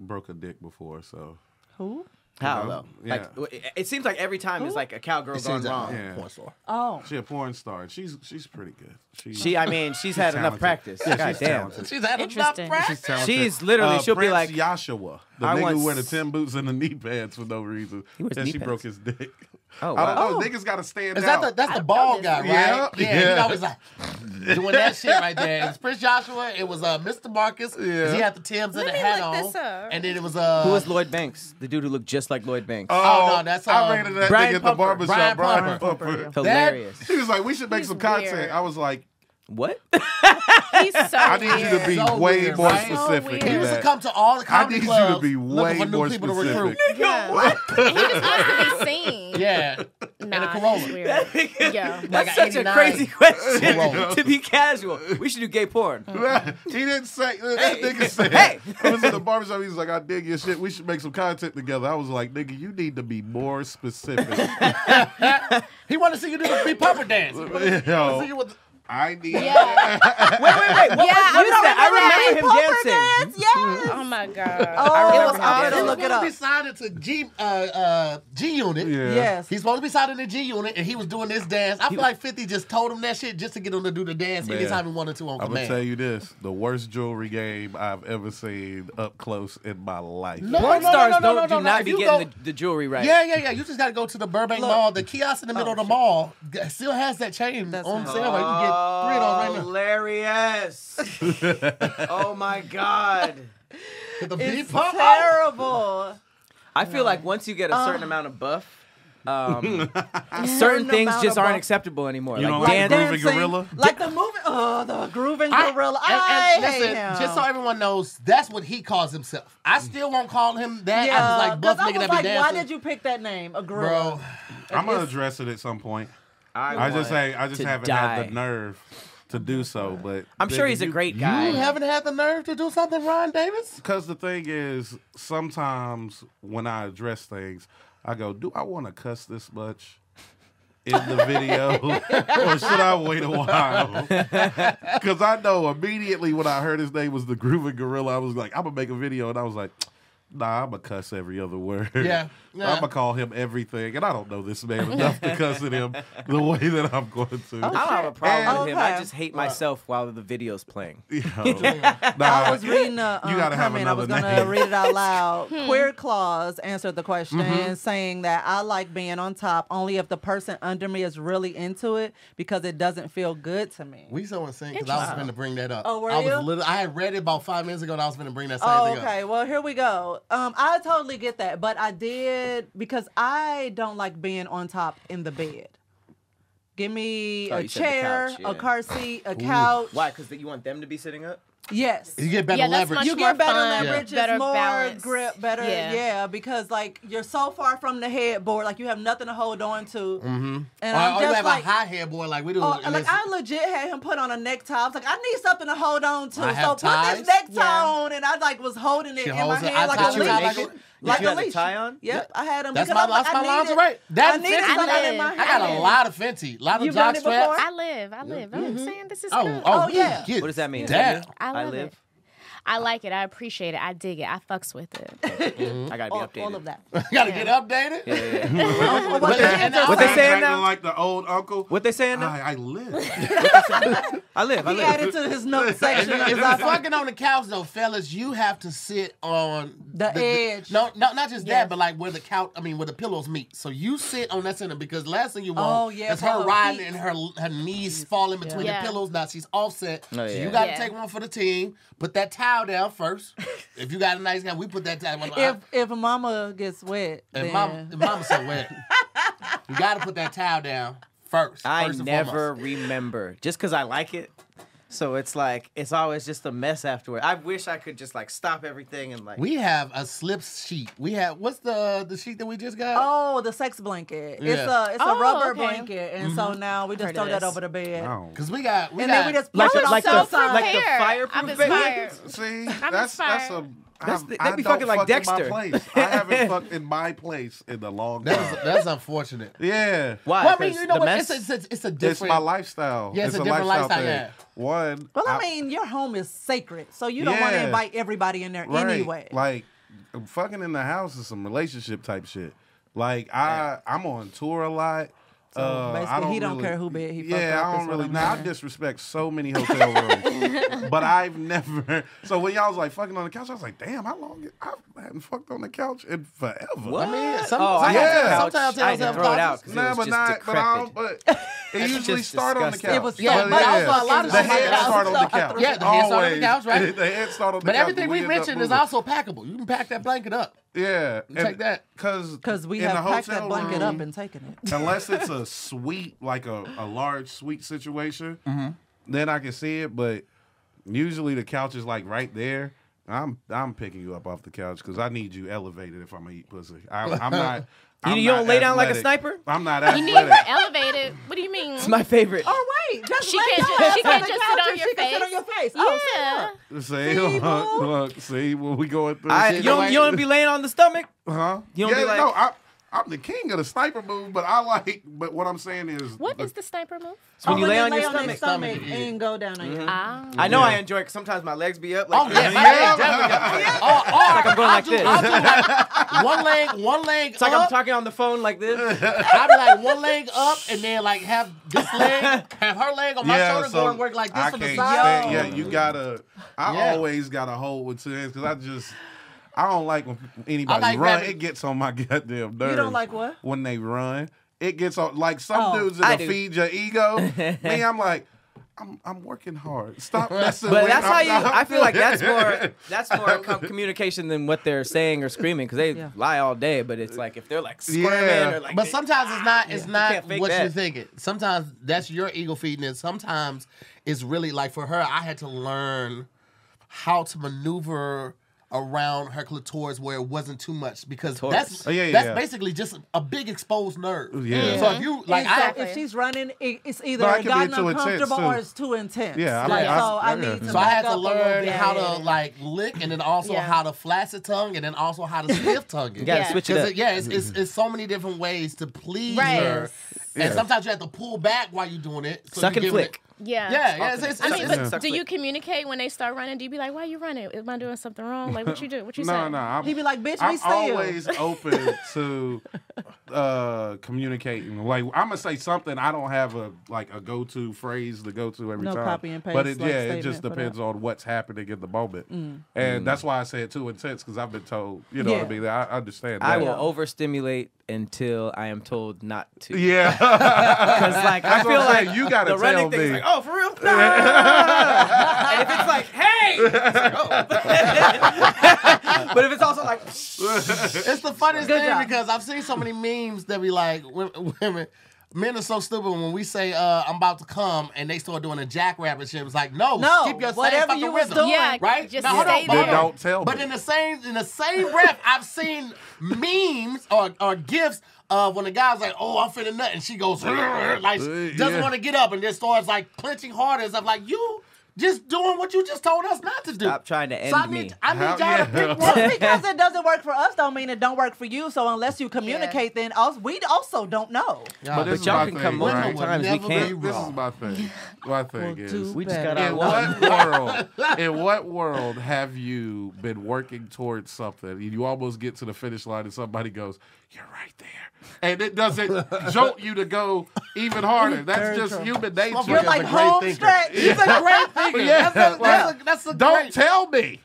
broke a dick before, so
Who?
How
you know?
though? Like w- it, it seems like every time it's like a cowgirl
It
gone
seems like
wrong.
a
Yeah.
porn star.
Oh.
she a porn star. She's she's pretty good. uh,
She I mean she's had enough
talented.
practice.
Yeah,
God
she's
damn.
talented.
She's had enough
Interesting.
practice.
talented. Uh,
She's literally- she'll be
Prince
like,
Yashua, the
I
nigga
want
who wear the
s-
tin boots and the knee pads for no reason.
He wears
and
knee
she
pads?
broke his dick.
Oh,
I
wow.
don't know. Niggas got to stand
Is
out.
that the, that's the ball
know
guy, right?
this.
Yeah,
Yeah.
he's
Yeah.
always like doing that shit right there. It was Prince Joshua. It was uh, Mr. Marcus. 'cause
Yeah.
He had the Timbs and
Let
the
me
hat
look
on.
this up.
And then it was uh,
Who was Lloyd Banks? The dude who looked just like Lloyd Banks.
Oh, no, that's, um,
I ran into that
Brian
nigga at the
Pumper.
Brian
barbershop. Brian
Pumper.
Pumper.
Hilarious.
He was like, we should make
He's
some content.
weird.
I was like,
What?
He's so
I need you to be
So
way
weird,
more
right?
So
specific.
weird.
than
he used to
that.
come to all the
I
comedy
need you
clubs
to be
looking
way
for new
more
people
specific.
to recruit.
Yeah. He just wants to be seen.
Yeah,
Nah,
a
that's
Corolla.
weird. Yeah.
Like
That's
a
such a
89.
crazy
Wrong.
question to be casual. We should do gay porn.
he didn't say that
Hey.
nigga said.
Hey.
I was in the barbershop. He was like, "I dig your shit. We should make some content together." I was like, "Nigga, you need to be more specific."
he wanted to see you do the free pumper dance. He wanted to see
Yo,
you with the-
I need.
Yeah.
Wait, wait, wait. What
Yeah,
was, what
I
was that? I
Hey,
remember him dancing.
poltergeist, yes.
Oh my god.
Oh,
remember
it was
how
all
that
to
is.
look it
He
up.
was supposed to be signed to G uh, uh, G Unit.
Yeah.
Yes.
He's supposed to be signed to G Unit, and he was doing this dance. I feel like Fifty just told him that shit just to get him to do the dance
Man.
anytime he wanted to on
I'm gonna
command.
tell you this: the worst jewelry game I've ever seen up close in my life.
No.
Porn stars
no, no,
don't
no,
do
no.
not
If
be
you
getting
go-
the, the jewelry right.
Yeah, yeah, yeah. You just gotta go to the Burbank
Look.
Mall. The kiosk in the middle of the
shit.
mall g- still has that chain
That's
on
not-
sale. Like, you can get three of those right now.
Oh, Hilarious. oh my god.
Get the
Oh, It's
beat pump.
terrible.
I feel like once you get a certain amount of buff, um, certain things
amount
just
of
aren't
buff.
acceptable anymore.
You
like
don't like
dance-
groovy gorilla?
Like the movie. Oh, the grooving
I-
gorilla.
and-
I,
and listen,
hate him.
just so everyone knows, that's what he calls himself. I still won't call him that.
yeah,
I was like, buff
'cause I
nigga
was
that
like,
be
why
dancing.
did you pick that name, a gorilla?
Bro,
I'm gonna address it at some point. I
want
just say I just
to
haven't
die.
had the nerve to do so, but
I'm sure he's a great guy.
you haven't had the nerve to do something, Ron Davis?
Because the thing is, sometimes when I address things, I go, "Do I want to cuss this much?" In the video, or should I wait a while? Because I know immediately when I heard his name was the Grooving Gorilla, I was like, I'm gonna make a video, and I was like, Nah, I'm gonna cuss every other word.
Yeah, yeah.
I'm gonna call him everything, and I don't know this man enough to cuss at him the way that I'm going to.
I don't have a problem with him. I
Okay.
just hate myself while the video's playing.
You know,
I
nah,
was reading a um,
You gotta have
comment. I was
another
gonna
name.
read it out loud.
Hmm.
Queer Claws answered the question,
Mm-hmm.
saying that I like being on top only if the person under me is really into it because it doesn't feel good to me.
We so in sync because I was going to bring that up.
Oh, were
I was
you?
Literally, I had read it about five minutes ago, and I was going to bring that same
Oh,
thing up.
okay. Well, here we go. Um, I totally get that, but I did because I don't like being on top in the bed. Give me
Oh,
a
you said the
chair,
couch, yeah.
a car seat, a couch.
Why? Because you want them to be sitting up?
Yes.
You get better
Yeah, that's
leverage.
much
you
more
get better
fun,
leverage,
Yeah. better
it's more
balance.
grip, better
Yeah.
yeah. because like you're so far from the headboard, like you have nothing to hold on to. Mm-hmm. And
or,
I'm
or you
just
have
like,
a high hair boy like we do.
oh,
in
like
this-
I legit had him put on a necktie. I was like, I need something to hold on to,
I
so
have
put
ties.
this necktie
Yeah.
on, and I like was holding it
She
in my
holds it. I
hand like
tied
a
it
leash.
up.
Like,
Did
like
you
a
have the
leash.
tie on?
Yep, I had him
that's
because
my,
I'm like,
that's my
I needed,
lingerie. That
I needed
Fenty,
something
I,
in my hand.
got a lot of Fenty, a lot of
You've done
jock
it
straps.
before?
I live. I live. I'm saying this is
Oh,
good.
oh,
Oh, yeah.
yeah.
What does that mean?
Damn.
I love
live.
it. I like it. I appreciate it. I dig it. I fucks with it.
I gotta be
all,
updated.
all of that.
Gotta get updated.
Yeah, yeah, yeah.
Oh, what the-
And
and
I-
What they
I'm
saying
acting
now?
Like the old uncle.
What they saying now?
I, I live.
I live. I
He
live.
added to his note section.
If
Is
you're
I
fucking on the couch though, fellas, you have to sit on
The edge.
no, no, not just
Yeah.
that, but like where the couch, I mean, where the pillows meet. So you sit on that center because last thing you want
Oh, yeah,
is
for
her
her
riding
feet.
and her her knees falling between
Yeah.
the pillows. Now she's offset,
Oh,
so
yeah.
you got to
Yeah.
take one for the team. Put that towel down first. if you got a nice guy, we put that towel.
if if mama gets wet,
and
then
mama, and mama so wet, you got to put that towel down first.
I
first and
never
foremost.
remember just because I like it. So it's like it's always just a mess afterward. I wish I could just like stop everything and like.
We have a slip sheet. We have what's the the sheet that we just got?
oh, the sex blanket. It's
Yeah.
a it's
Oh,
a rubber
okay.
blanket, and so now we just
Heard
throw
of
that
this.
over the bed,
No.
Oh.
Because we got, we
and
got,
then we just
Like
push
the-
it
like
on
the-
top.
like the
Prepared.
fireproof
I'm
bed?
inspired.
See, that's that's a.
inspired.
That's,
they be
I don't
fucking like
fuck in my
Dexter.
place. I haven't fucked in my place in a long time.
That's, that's unfortunate.
yeah.
Why?
Well, I mean,
'Cause
you know
the
what?
mess-
It's, a, it's, a, it's a different.
It's my lifestyle.
Yeah, it's a different lifestyle,
thing. One.
well, I mean, your home is sacred, so you don't want to
Yeah.
invite everybody in there
right,
anyway.
Like, fucking in the house is some relationship type shit. Like, I I'm on tour a lot. uh,
basically,
I don't
he don't
really-
care who bed he fuck
Yeah,
up
I
is
don't
what
really.
I'm
Now I
hearing.
disrespect so many hotel rooms, but I've never. So when y'all was like fucking on the couch, I was like, damn, how long? I haven't fucked on the couch in forever.
What?
mean, some-
oh, I had
some- yeah.
to couch.
sometimes
I had to
have
throw it out
couches.
because
Nah,
it was
but
just
not. But I
decrepit.
don't. But it usually
just
start on the
disgusting.
couch.
It was-
Yeah,
But
but
yeah.
also a lot of
the
shit
head
else-
start on the couch.
Yeah, the head start on the
Always.
couch, right?
the head start on the
But
couch.
everything we
end up
mentioned is
moving.
also packable. You can pack that blanket up.
Yeah,
take that.
because
Because we have packed that blanket up and taken it.
unless it's a suite like a, a large suite situation,
Mm-hmm.
then I can see it. But usually the couch is like right there. I'm I'm picking you up off the couch because I need you elevated if I'm gonna eat pussy. I, I'm not. I'm
you don't
not
lay down like a
athletic.
sniper?
I'm not
You need her
athletic.
elevated. What do you mean?
It's my favorite.
Oh wait, just
She
lay
can't
your
ju-
ass
she
on
can't
the
just
couch
sit on
and
your
she can sit on
face.
your face.
yeah.
Oh, sit up.
see,
See,
look,
boo?
look, see what we going through.
I,
shit
you don't
like-
you don't be laying on the stomach.
huh?
you don't be
Yeah,
like-
no, I, I'm the king of the sniper move, but I like. But what I'm saying is,
What is the sniper move?
It's when you lay
they
on your
their
stomach.
stomach, and go down on you.
Ah.
I know I enjoy it 'cause sometimes my legs be up. Like,
Oh yeah,
this.
my
Yeah.
leg definitely got- Or- or
I'm going
I'll
like
do-
this.
I'll do like oh, one leg, one leg
It's like I'm
up.
talking on the phone like this.
I'll be like one leg up and then like have this leg, have her leg
Oh,
on my
Yeah,
shoulder,
so
go and work like this
I
from the
can't
side.
E
stand- yeah, you gotta. I
Yeah.
always gotta hold with two hands because I just. I don't like when anybody
like
run.
grabbing-
It gets on my goddamn nerves.
like what?
When they run, it gets on. Like some
Oh,
dudes
I
that
do.
feed your ego. Me, I'm like, I'm I'm working hard. Stop messing.
But
with
that's how
I'm
you.
not-
I feel like that's more. That's more com- communication than what they're saying or screaming because they
Yeah.
lie all day. But it's like if they're like squirming
Yeah.
or like.
But sometimes it's not it's
can't
not
fake
what
that.
you're thinking. Sometimes that's your ego feeding and sometimes it's really like for her, I had to learn how to maneuver around her clitoris where it wasn't too much because that's
Oh, yeah, yeah,
that's
yeah.
basically just a big exposed nerve.
Yeah.
So if you like
And so
I,
if she's running, it, it's either
No, I can be
gotten
too intense,
uncomfortable or
too.
it's too intense.
Yeah, I
like,
mean, I-
so I,
I-
need to.
So I
back
had to
up a little
learn
bit.
how to like lick, and then also
Yeah.
how to flaccid tongue, and then also how to stiff tongue.
you gotta
Yeah.
switch it up.
Because yeah, it's, it's,
Mm-hmm.
it's so many different ways to please
Right.
her,
Yeah.
and sometimes you have to pull back while you're doing it. So
Suck
you
and
give it-
flick.
Yeah.
Yeah, yeah. It's, it's,
I
it's,
mean,
it's-
Yeah.
but do you communicate when they start running? Do you be like, "Why you running? Am I doing something wrong? Like, what you do? What you
No,
say?"
no. I'm,
He be like, "Bitch,
I'm
we still."
always open to uh communicating. Like I'm gonna say something. I don't have a like a go to phrase to go to every
No
time.
copy and paste,
But it,
like,
yeah, it just
statement for that. Mm.
depends on what's happening in the moment,
Mm.
and that's why I said too intense because I've been told. You know what
Yeah.
I mean? I I understand.
I
that.
will overstimulate until I am told not to.
Yeah.
Because like I
That's what
feel
I'm saying.
like
You gotta
the running
tell
thing is
me.
like, oh, for real? No. and if it's like, hey, it's like, oh. but if it's also like,
it's the funniest
Good
thing
job.
because I've seen so many memes that be like, women, women men are so stupid when we say uh, I'm about to come, and they start doing a jackrabbit shit. It's like, no,
No,
keep your same
whatever
fucking
you was
rhythm.
doing.
Yeah,
right?
Just
Now, hold on,
stay
hold
Then
there.
on.
don't tell
But
me.
in the same in the same breath, I've seen memes or, or gifs of when the guy's like, "Oh, I'm finna nut," and she goes like she doesn't
Uh, Yeah.
want to get up, and then starts like clenching harder. As I'm like, "You just doing what you just told us not to do."
Stop trying to
So I
end me.
need, I need
How-
y'all
yeah.
to pick
Just
one.
because it doesn't work for us, don't mean it don't work for you. So unless you communicate, then also, we also don't know.
But this
but
is
y'all
my
can
thing,
come
Women
right?
multiple
would
times. We
never be
can't.
This is my thing. My thing
We'll
is
do
We just
better.
got
In
our
what world? In what world have you been working towards something? and You almost get to the finish line, and somebody goes, "You're right there," and it doesn't jolt you to go even harder. That's just human nature.
You're
Motherfucker's a
like
great
home
thinker.
stretch. He's a great
But
thinker.
yeah,
That's a,
like,
that's a, that's a
don't
great-
tell me.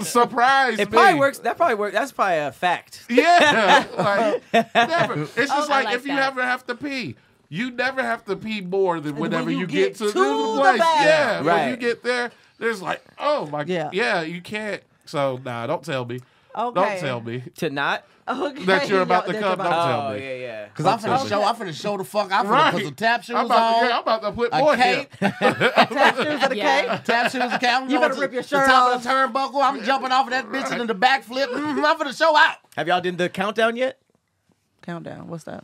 Surprise
It
me.
probably works. That probably works. That's probably a fact.
Yeah, like never. It's just
I
like,
like
if you
that.
ever have to pee, you never have to pee more than whenever
you
you,
get
get, to,
to
the
the
place.
bathroom.
yeah,
Right.
when you get there, there's like, oh my,
Yeah.
yeah, yeah, you can't. So nah, don't tell me.
Okay.
Don't tell me
To not.
Okay.
that you're about to
that
come.
you're
Don't
about
tell
Oh
me.
yeah, yeah.
Cause I'm finna
Okay.
show, I'm finna show the fuck. I'm finna put
Right.
some tap shoes
I'm about,
on,
to, yeah, I'm about to put
a
more
cape,
here.
to tattoos of the
Yeah.
cake.
tap shoes, a cap. I'm
You
going
better
to
rip your
the
shirt
top
off.
of the turnbuckle. I'm jumping off of that bitch and in the backflip. Mhm, I'm finna show out.
Have y'all done the countdown yet?
Countdown. What's that?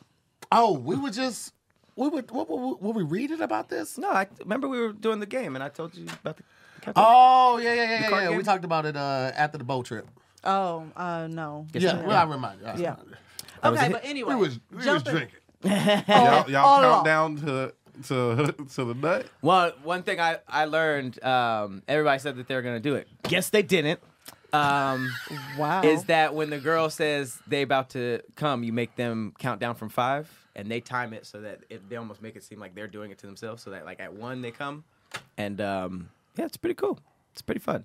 Oh, we were just we were what were, we- were we reading about this?
No. I remember we were doing the game, and I told you about the countdown.
Oh yeah yeah yeah
card
yeah. yeah. We
game?
talked about it uh, after the boat trip.
Oh, uh, no.
yeah, well I reminded. I
Yeah.
reminded.
Okay, but anyway.
we was we was
jumping-
drinking.
y'all
all
y'all count
along.
down to to to the nut.
Well, one thing I, I learned, um, everybody said that they were going to do it. Guess they didn't. Um,
Wow.
Is that when the girl says they about to come, you make them count down from five and they time it so that it, they almost make it seem like they're doing it to themselves so that like at one they come. And um, yeah, it's pretty cool. It's pretty fun.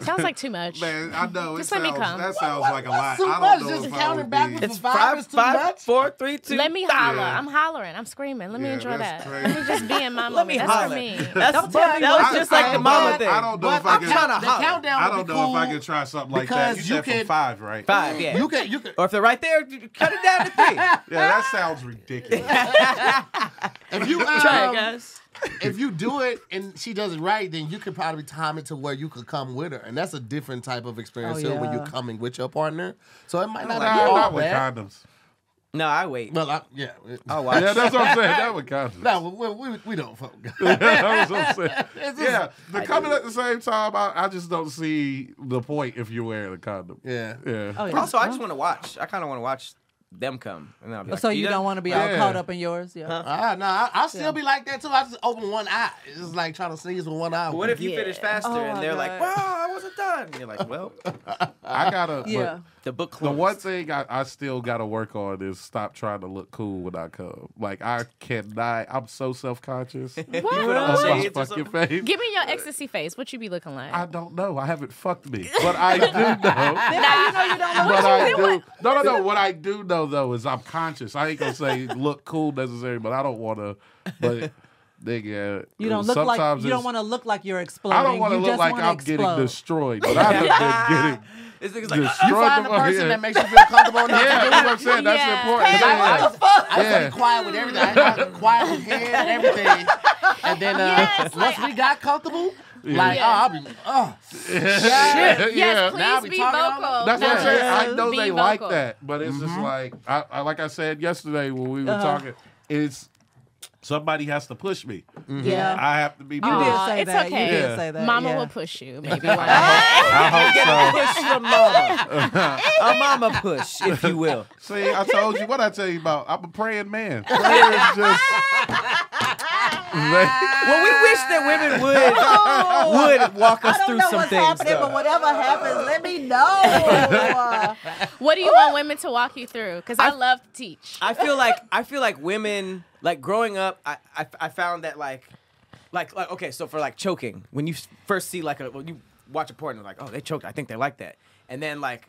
Sounds like too much.
Man, I know
Just
it
let me
sounds
come.
that sounds like a lot.
what's too
I
much?
don't know
Just
if I
counting
would
backwards
be-
Is
It's
five
five,
is too
five,
much?
four, three, two.
Let me holler.
Yeah.
I'm hollering. I'm screaming. Let me
Yeah,
enjoy that.
that's
Let me
crazy.
just be in my moment.
me
That's
holler.
for me.
That's,
Don't tell me
that
what
was
to
just like
I
the
don't-
mama
but
thing.
I don't know if I
I'm
can.
trying
tryna
to
holler.
countdown.
I
would
don't
be
know
cool.
if I can try something like that. You,
because you
said
can-
from five, right?
Five, yeah.
You can you can
or if they're right there, cut it down to three.
Yeah, that sounds ridiculous.
if you
Try
um,
it, guys.
if you do it and she does it right, then you could probably time it to where you could come with her, and that's a different type of experience
Oh,
too, when
yeah.
you're coming with your partner. So it might not
Nah,
be all
not with
bad.
condoms.
No, I wait.
Well, I, yeah,
I'll watch.
Yeah, that's what I'm saying. Not with condoms.
no, we, we, we don't fuck.
that's what I'm saying.
It's just-
Yeah, the coming at the same time, I, I just don't see the point if you're wearing a condom.
Yeah.
Yeah.
Oh, yeah.
Also, I just want to watch. I kind of want to watch them come. And I'll be like,
so you don't want to be all
Yeah.
caught up in yours, yeah.
Ah, no, I, I still be like that too. I just open one eye. It's just like trying to sneeze with one eye.
What if you
Yeah.
finish faster
Oh my
and they're like,
God.
"Wow, I wasn't done." And you're like, "Well,
I gotta.
Yeah.
But,
the book
the
closed."
one thing I, I still gotta work on is stop trying to look cool when I come. Like I cannot. I'm so self conscious.
Put on
Of my
shades or
fucking
something.
face.
Give me your ecstasy face. What you be looking like?
I don't know. I haven't fucked me, but I do know.
Then how you know you don't know
But
what you
I do. No, no, no. What I do know though is I'm conscious. I ain't gonna say look cool necessarily, but I don't want to. But nigga,
You don't look like
sometimes
you don't
it's-
want to look like you're exploding.
I don't want to
You
look
just
like
wanna
I'm
explode.
getting destroyed, but I have been getting
This nigga's like,
destroyed.
you find the
the fuck-
person
yeah.
that makes you feel comfortable enough
yeah,
to do
that's what I'm saying. That's
Yeah.
important.
Cause I, I,
oh,
Yeah.
was, I was
Yeah.
like quiet with everything. I was quiet with hair and everything. And then uh,
Yes,
once
like-
we got comfortable, like, oh,
Yeah.
I'll be, oh,
Yeah.
shit.
yeah.
yes,
Now I be
please be
talking all
vocal.
That's what I'm
Now
saying.
just
I know
be
they like
vocal.
that, but it's just like I, I like I said yesterday when we were
Mm-hmm. Uh-huh.
talking. It's somebody has to push me.
Yeah.
I have to be.
You did
Aw,
say
it's
that.
okay.
You did
Yeah.
say that.
Mama
yeah.
will push you, maybe. one day.
I hope so.
"Oh, push your mama, a mama push, if you will.
See, I told you what I tell you about. I'm a praying man. Prayer is just.
Well, we wish that women would would walk us
I don't
through
know
some
what's
things.
happening,
though.
but whatever happens, let me uh, know.
what do you want women to walk you through? Because I, love to teach.
I feel like I feel like women like growing up. I, I, I found that like like like okay. So for like choking, when you first see like a when you watch a porn, you're like oh they choked. I think they like that. And then like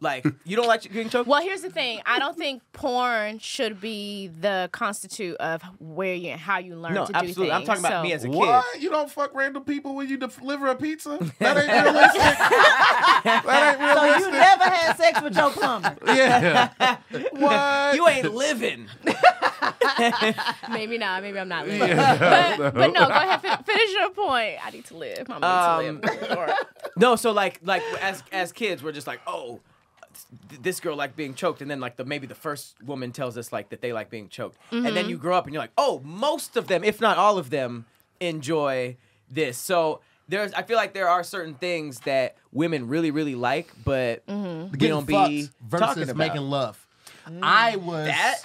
like you don't like getting choked.
well, here's the thing. I don't think porn should be the constitute of where you how you learn
No,
to do
absolutely.
things.
I'm talking about
so.
me as a
What?
kid.
You don't fuck random people when you deliver a pizza? That ain't realistic. that
so
ain't
you
realistic.
never had sex with your plumber.
yeah. What?
You ain't living.
Maybe not. Maybe I'm not living.
Yeah.
But, but no, go ahead. Fin- finish your point. I need to live. Mama
Um,
needs to live. Or-
No, so like like as as kids, we're just like, oh, th- this girl like being choked, and then like the maybe the first woman tells us like that they like being choked, and then you grow up and you're like, oh, most of them, if not all of them, enjoy this. So there's, I feel like there are certain things that women really really like, but we
getting
don't be
fucked
talking
versus
about.
making love. I was
Mm. That-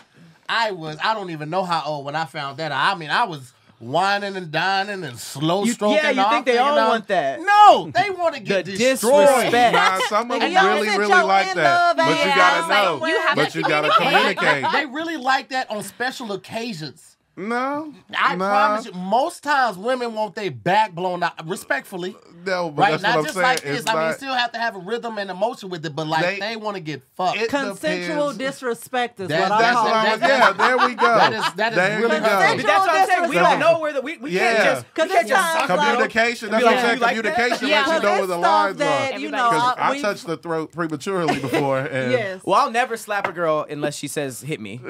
I was I don't even know how old when I found that. out. I mean, I was whining and dining and slow
You-
stroking.
yeah, you
off,
think they
thinking
all
I'm-
want that.
No, they want to get
The
destroyed.
disrespect.
Nah, some
And
of them
y'all
really,
is at
really
your
like
in
that.
love,
But you
yeah.
gotta
Like,
know.
you have
but
to
you gotta
communicate.
communicate.
They really like that on special occasions.
no.
I
no,
promise you, most times women want their back blown out respectfully.
No, but
Right,
that's
not
what I'm
just
saying.
like this.
it's
I mean, you
not-
still have to have a rhythm and emotion with it, but like
They-
they, want to get fucked.
It
Consensual
depends.
disrespect is
That-
what I
That's
call
what I
it.
was. Yeah, there we go.
That is- that is
there
really
you go.
good.
But that's what I'm saying. We don't
Disrespect.
know where the we, we
Yeah.
can't just we
'Cause
can't
it's
just
times like-
suck it up.
Communication. That's
Yeah.
what I'm saying.
You like that?
Communication
Yeah.
lets you
Because
know
that's
where the
stuff
lines
that,
are.
you
Everybody's
know,
different.
Oh, I,
I
we-
touched the throat prematurely before. And
Yes.
Well, I'll never slap a girl unless she says hit me.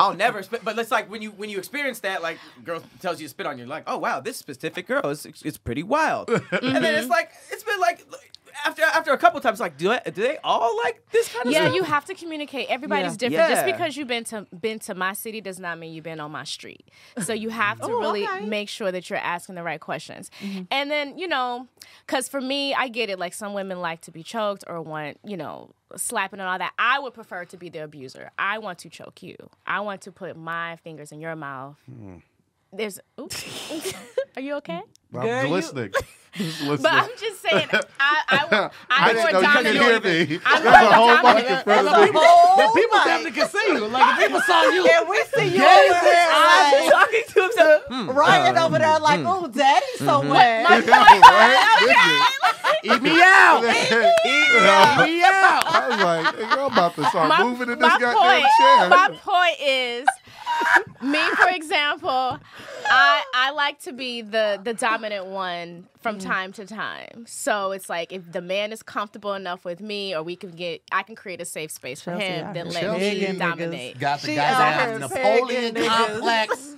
I'll never, sp- but it's like when you when you experience that, like girl tells you to spit on you, you're like, oh wow, this specific girl is it's pretty wild. And then
Mm-hmm.
it's like it's been like after after a couple times, like do I, do they all like this kind of
yeah,
stuff?
you have to communicate. Everybody's
Yeah.
different. Just
Yeah.
because you've been to been to my city does not mean you've been on my street. So you have to
Oh,
really
okay.
make sure that you're asking the right questions.
Mm-hmm.
And then you know, because for me, I get it. Like some women like to be choked or want you know slapping and all that. I would prefer to be the abuser. I want to choke you. I want to put my fingers in your mouth.
Hmm.
There's. oops. Are you okay?
I'm
Girl, you-
listening. Just listening.
But I'm just saying, I I,
I
I'm
didn't
more
know you
dominant.
could hear me.
I'm
There's a
more
whole mic
dominant.
in front
Oh
of me.
The people
my-
definitely can see you. Like if people saw you,
Yeah, we see you
Yes,
over there,
I'm
like,
talking to himself. Hmm.
Ryan over there, like, oh, daddy's
Mm-hmm.
so wet.
eat me out.
I
Eat me out.
was like, hey, you're about to start
my,
moving in this
my
goddamn chair.
point, my point is, me for example, I I like to be the the dominant one
Mm.
from time to time. So it's like if the man is comfortable enough with me, or we can get, I can create a safe space for
Chelsea,
him.
I
Then
heard
let
Chelsea
me
niggas
dominate.
Got the
She
guys that have
out here
Napoleon
pegging niggas.
complex.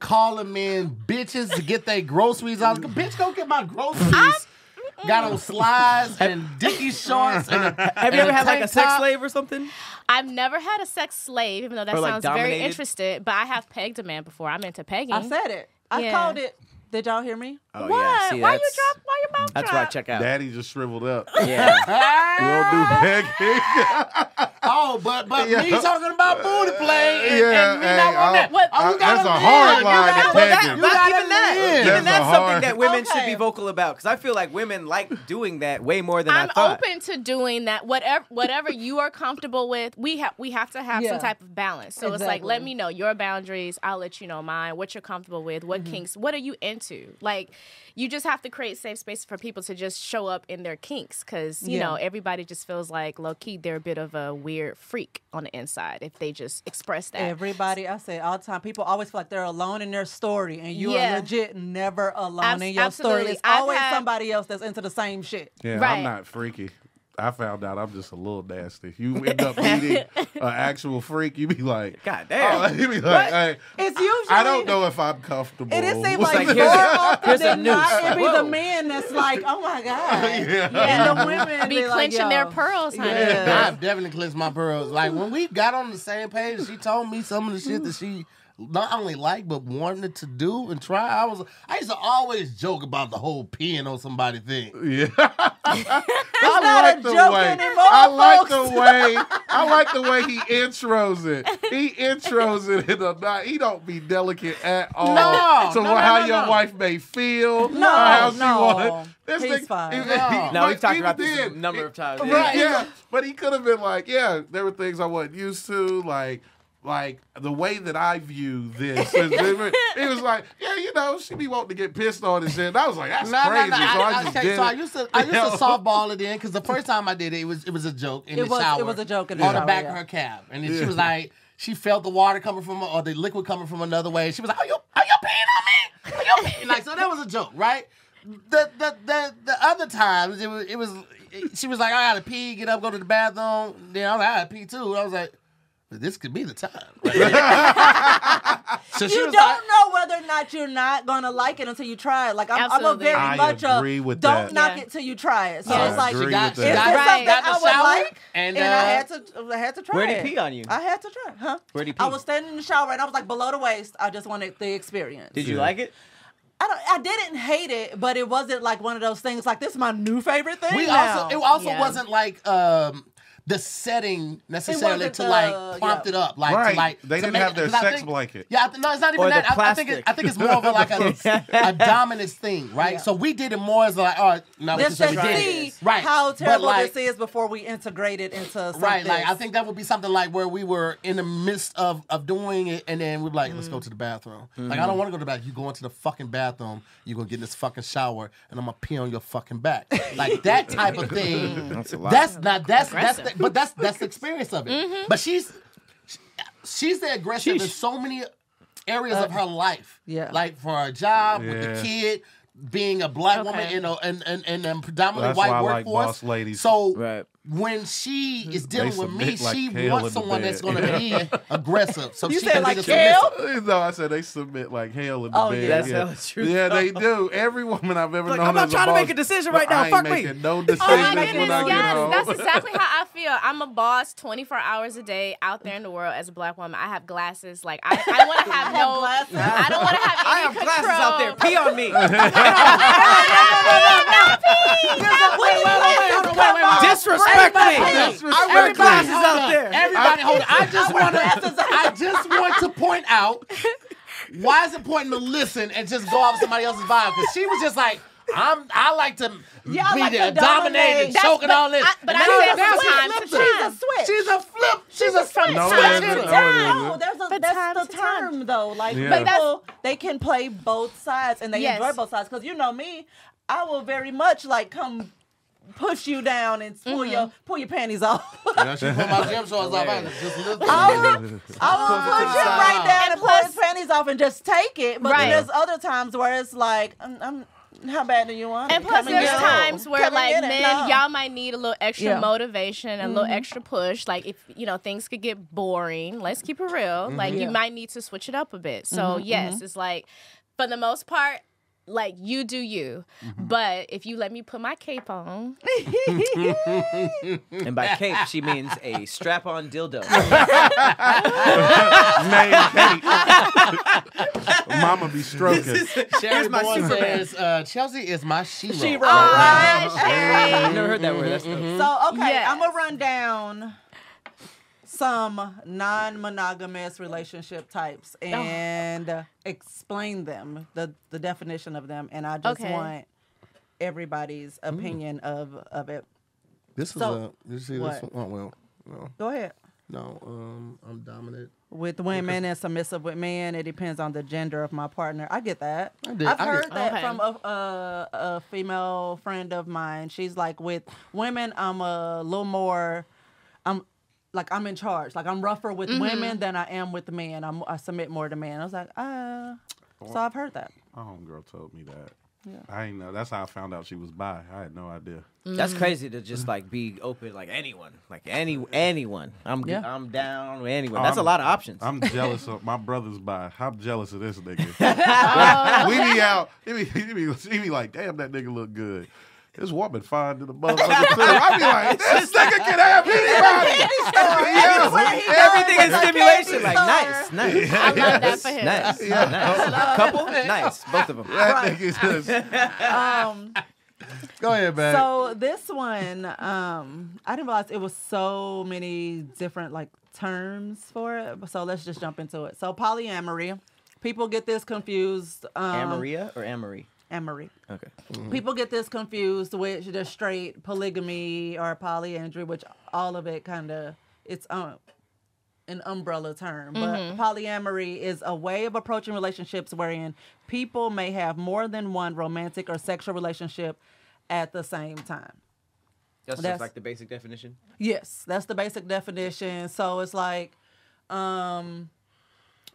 Calling men bitches to get their groceries out. Bitch, go get my groceries. Got on slides and dicky shorts. And a,
Have you
and
ever had like
tank
a sex
top.
slave or something?
I've never had a sex slave, even though that
Or, like,
sounds very
dominated?
interested. But I have pegged a man before. I'm into pegging.
I said it. I
Yeah.
called it. Did y'all hear me?
Oh
what? why you
that's-
drop? Why your mouth
That's
drop?
why I check out.
Daddy just shriveled up.
Yeah.
We'll do begging.
All Ah! Oh, but but
Yeah.
me talking about booty play and,
yeah,
and me not
hey,
on that.
I-
What-
Oh, you
I- that's
gotta
a
live.
hard
You
line
gotta- well,
to take
that-
it.
you
But
gotta
even that,
live.
That's
even that's
a
something
hard-
that women should
Okay.
be vocal about because I feel like women like doing that way more than
I'm
I thought.
open to doing that. Whatever whatever you are comfortable with, we have we have to have
Yeah.
some type of balance. So it's like let
Exactly.
me know your boundaries. I'll let you know mine. What you're comfortable with. What
Mm-hmm.
kinks. What are you into? Like you just have to create safe space for people to just show up in their kinks because you
Yeah.
know everybody just feels like low key they're a bit of a weird freak on the inside if they just express that.
Everybody, I say it all the time. People always feel like they're alone in their story, and you
Yeah.
are legit never alone
Abs-
in your
absolutely.
story. It's
I've
always
had-
somebody else that's into the same shit.
Yeah, I'm
Right.
not freaky. I found out I'm just a little nasty. You end up meeting an actual freak, you be like,
God damn.
Oh, you be like, hey,
It's usually
I don't know if I'm comfortable.
It is seem
It's
like,
like,
more
here's a-
often
here's a
than not,
noose.
it be
Whoa.
the men that's like, "Oh my god,"
Yeah.
and the women
be
be like,
clenching their
"Yo."
pearls, honey.
Yeah.
I've definitely cleansed my pearls. Like when we got on the same page, she told me some of the shit that she not only liked but wanted to do and try. I was I used to always joke about the whole peeing on somebody thing.
Yeah. I
not a
like the way.
joke anymore,
I like
folks.
the way. I like the way he intros it. He intros it in a not. He don't be delicate at all.
No,
to
no, no,
how
no,
your
no.
wife may feel.
No,
or how she
no.
want. This
He's
thing-
fine.
it-
No.
he-
No, we've
but
talked
even
about this a
then,
number
it-
of times.
Right.
Yeah.
Yeah. But he could have been like, yeah, there were things I wasn't used to, like like the way that I view this. is different. He was like, yeah, you know, she be wanting to get pissed on and shit. And I was like, that's crazy. so I, just
okay,
did
so I
it.
used to I used
Yeah.
to softball it in because the first time I did it, it was it was a joke in
It
the
was- it
shower.
was a joke in the
on
shower,
the back
yeah.
of her cab, and then she was like, she felt the water coming from or the liquid coming from another way. She was like, "Are you are you peeing on me? Are you peeing?" like so that was a joke, right? The the the, the other times it was it was she was like, "I gotta pee, get up, go to the bathroom." Then I was like, "I gotta pee too." I was like. This could be the time. so she
You
was
don't
like,
know whether or not you're not gonna like it until you try it. Like I'm, I'm a
Absolutely.
very
I
much a
agree with
don't
that.
knock
Yeah.
it till you try it. So
I
it's like
agree
she got,
with
she
that.
Is
got,
this
Right.
something
got in
I
the
would
shower,
like?
and,
And,
uh,
I had to, I had to try.
Where'd he
it.
pee on you?
I had to try. Huh?
Where'd he
I
pee?
was standing in the shower and I was like below the waist. I just wanted the experience.
Did you
Yeah.
like it?
I don't. I didn't hate it, but it wasn't like one of those things. Like this is my new favorite thing.
We
now.
also it also
Yeah.
wasn't like um the setting necessarily
wasn't
to
the-
like prompt
yeah.
it up, like
Right.
to like
They
to
didn't
make
have
it-
their
'cause I
sex
think-
blanket.
Yeah, I th- no, it's not even
Or the
that. I, I think it,
plastic.
I think it's more of a, like a, a dominant thing, right?
Yeah.
So we did it more as like, oh, no,
Let's
this is
just see
what we did, right?
how
But,
terrible
like,
this is before we integrate it into something.
Right, like I think that would be something like where we were in the midst of of doing it, and then we'd be like, let's go to the bathroom. Like I don't want to go to the bathroom. You go into the fucking bathroom. You gonna get in this fucking shower, and I'm gonna pee on your fucking back. Like that type of thing. that's
a lot.
not that's that's
Aggressive.
the, but that's that's the experience of it. But she's she's the aggressive in
Sheesh.
so many areas of her life.
yeah.
like for her job with
Yeah.
the kid. Being a black woman
Okay.
in a in, in, in a predominantly
That's
white
why I like
workforce,
boss ladies.
so
Right.
when she is dealing with me,
submit like
she
hell in
wants
the
someone that's
bed.
going to be aggressive. So
You
she
said
can
like
be the
hell?
submissive.
No, I said they submit like hell in the
Oh,
bed.
yeah.
That's
yeah.
hella true,
Yeah,
though.
they do. Every woman I've ever
Like,
known.
I'm not
as
trying to
boss-
make a decision
No,
right now.
I ain't
Fuck me.
making No
Oh
decisions
my
when
goodness,
I get home.
yes. That's exactly how I feel. I'm a boss 24 hours a day out there in the world as a black woman. I have glasses. Like, I, I want to have no.
glasses.
I don't want to have
I
any
have
control.
glasses out there. Pee on me.
Hold on, wait, wait, wait.
Disrespect
Everybody-
me. I wear
everybody,
glasses
hold
out
up.
there.
Everybody, hold on. I just want to. I just want to point out why it's important to listen and just go off somebody else's vibe because she was just like. I'm. I like to
Yeah, I
be
like
there,
to dominate.
dominate, and
That's-
choke and
but
all this.
I- but
And
I
now-
said
now
from
she's
time
flipped.
to time.
switch.
She's a flip. She's a flip.
No,
switch
it
hitter.
isn't. No, it isn't.
No, there's a
But time
that's the
to time.
term though. Like
Yeah. But that's-
people, they can play both sides and they
Yes.
enjoy both sides. Because you know me, I will very much like come push you down and pull
Mm-hmm.
your pull your panties off. I
She put my gym shorts off. I was just listening.
will, I will push you right down and,
And
pull his
plus-
panties off and just take it. But then
Right.
there's other times where it's like, I'm. I'm- how bad do you want?
And
it?
plus,
Come
there's
get it.
times where
Come and Mm-hmm.
like
get it.
men,
No.
y'all might need a little extra
Yeah.
motivation, a little extra push. Like if you know things could get boring, let's keep it real. Like
Yeah.
you might need to switch it up a bit. So yes, it's like for the most part. Like you do you, but if you let me put my cape on,
And by cape, she means a strap-on dildo.
Mama be stroking.
Sherry
my
Boy
Superman.
says, uh, Chelsea is my she
She-Ra.
Ah, Sherry.
I've never heard that word. That's dope.
So okay,
Yes.
I'm gonna run down some non-monogamous relationship types and explain them, the the definition of them, and I just
Okay.
want everybody's opinion of of it.
This is
So-
a. You see this
What?
one? Oh well. No.
Go ahead.
No. Um. I'm dominant.
With women and submissive with men, it depends on the gender of my partner. I get that. I
did-
have
I get-
heard that
Okay.
from a, a a female friend of mine. She's like, with women, I'm a little more. I'm like I'm in charge. Like I'm rougher with women than I am with men. I'm, I submit more to men. I was like, uh. So I've heard that.
My homegirl told me that. I ain't know. That's how I found out she was bi. I had no idea.
That's crazy to just like be open, like anyone, like any anyone. I'm
Yeah.
I'm down with anyone.
Oh,
That's a
I'm-
lot of options.
I'm jealous of my brother's bi. I'm jealous of this nigga. we be out. He be, he, be, he be like, damn, that nigga look good. This woman fine to the motherfucker. too. I be like, this nigga can have anybody.
Where he
Everything
going with
is
the
stimulation. Like
candy
nice,
store.
nice.
I love that for him.
Nice, nice. Couple, nice. Both of them.
That nigga just
Um,
Go ahead, man.
So this one, um, I didn't realize it was so many different like terms for it. So let's just jump into it. So polyamory, people get this confused. Um,
Amaria or Amory?
Amory.
Okay.
People get this confused with the straight polygamy or polyandry, which all of it kind of it's um an umbrella term, but polyamory is a way of approaching relationships wherein people may have more than one romantic or sexual relationship at the same time.
That's,
That's-
just like the basic definition.
Yes, that's the basic definition. So it's like, um,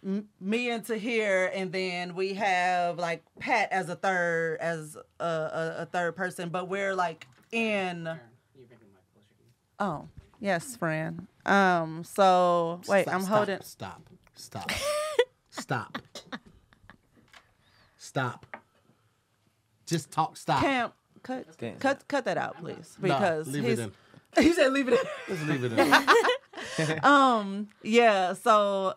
m- me into here, and then we have like Pat as a third, as a, a, a third person, but we're like in. Oh yes, Fran. Um, so wait,
Stop,
I'm
stop,
holding.
Stop. Stop. Stop. stop. Just talk. Stop.
Cam, cut,
Damn.
cut, cut that out, please,
Nah,
because
leave
he's.
it in.
he said, "Leave it in." Um,
Just leave it in.
Yeah, so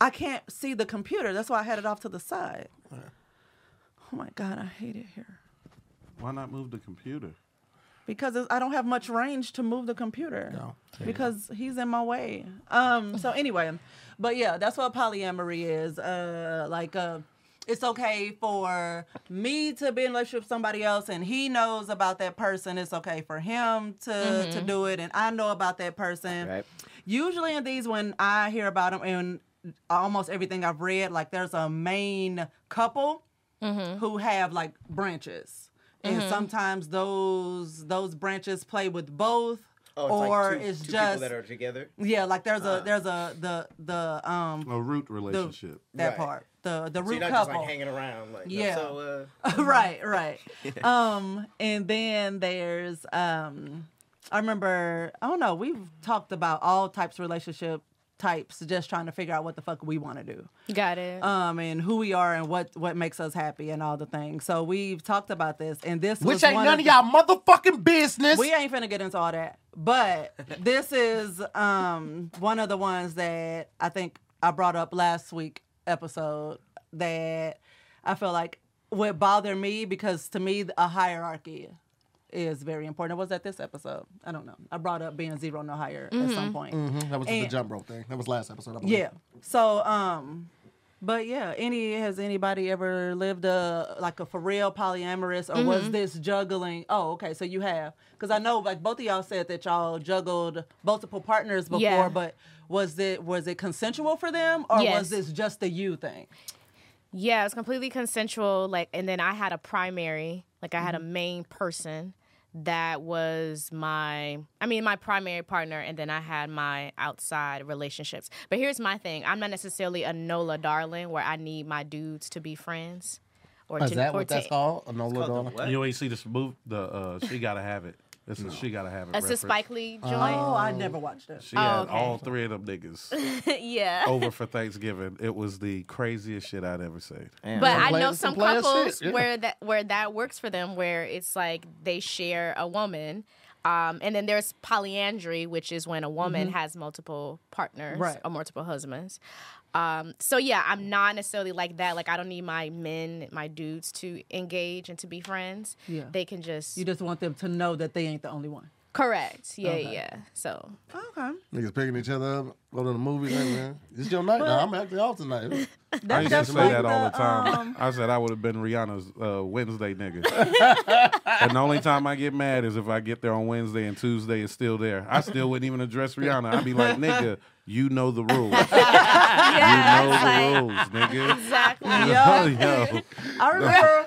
I can't see the computer. That's why I had it off to the side. Oh my god, I hate it here
Why not move the computer?
because it's- I don't have much range to move the computer because he's in my way. Um. So anyway, but yeah, that's what polyamory is. Uh, like uh, it's okay for me to be in a relationship with somebody else, and he knows about that person. It's okay for him to to do it, and I know about that person.
Right.
Usually in these, when I hear about them, and almost everything I've read, like there's a main couple who have like branches, and
Mm-hmm.
sometimes those those branches play with both,
Oh,
or it's just
together.
yeah, like there's a there's a the the um
A root relationship.
that
Right.
part the the root couple
around. Like, uh,
Yeah. so, right, right. Um, and then there's um, I remember I don't know. We've talked about all types of relationship types, just trying to figure out what the fuck we want to do,
Got it.
um, and who we are and what what makes us happy and all the things. So we've talked about this, and this
Which
was
ain't
one
none of
the-
y'all motherfucking business.
we ain't finna get into all that, but this is um one of the ones that I think I brought up last week episode that I feel like would bother me because to me a hierarchy is very important. Was that this episode? I don't know. I brought up being zero no higher at some point.
Mm-hmm, that was just the
and-
jump rope thing. That was last episode. I believe.
Yeah. So um but yeah, any has anybody ever lived a like a for real polyamorous or
Mm-hmm.
was this juggling? Oh, okay, so you have because I know like both of y'all said that y'all juggled multiple partners before,
Yeah.
but was it was it consensual for them or
Yes.
was this just a you thing?
Yeah, it's completely consensual. Like, and then I had a primary, like I had
Mm-hmm.
a main person that was my, I mean, my primary partner, and then I had my outside relationships. But here's my thing: I'm not necessarily a Nola darling, where I need my dudes to be friends. Or
Oh, Is that
or
what that's
to-
called? A no look on.
what?
You ain't see this move. The uh, she gotta have it. It's a she gotta have it.
That's the
reference.
Spike Lee joint.
Oh, I never watched it.
She had
okay.
all three of them niggas
yeah.
over for Thanksgiving. It was the craziest shit I'd ever seen.
But
Some
I know
players- some
some
players
couples
shit, yeah.
where that where that works for them, where it's like they share a woman, um, and then there's polyandry, which is when a woman has multiple partners
Right.
or multiple husbands. Um, so yeah, I'm not necessarily like that. Like I don't need my men, my dudes, to engage and to be friends.
Yeah.
they can just
You just want them to know that they ain't the only one.
Correct. Yeah, yeah. So
Okay.
Niggas picking each other up, go to the movie. Like, man, it's your night now. I'm acting off tonight.
I used to
just
say
like
that all the
the,
time.
um,
I said I would have been Rihanna's uh, Wednesday nigga. and the only time I get mad is if I get there on Wednesday and Tuesday is still there. I still wouldn't even address Rihanna. I'd be like, nigga, you know the rules.
yeah,
you know the rules, nigga.
exactly.
Yeah.
Yo.
I remember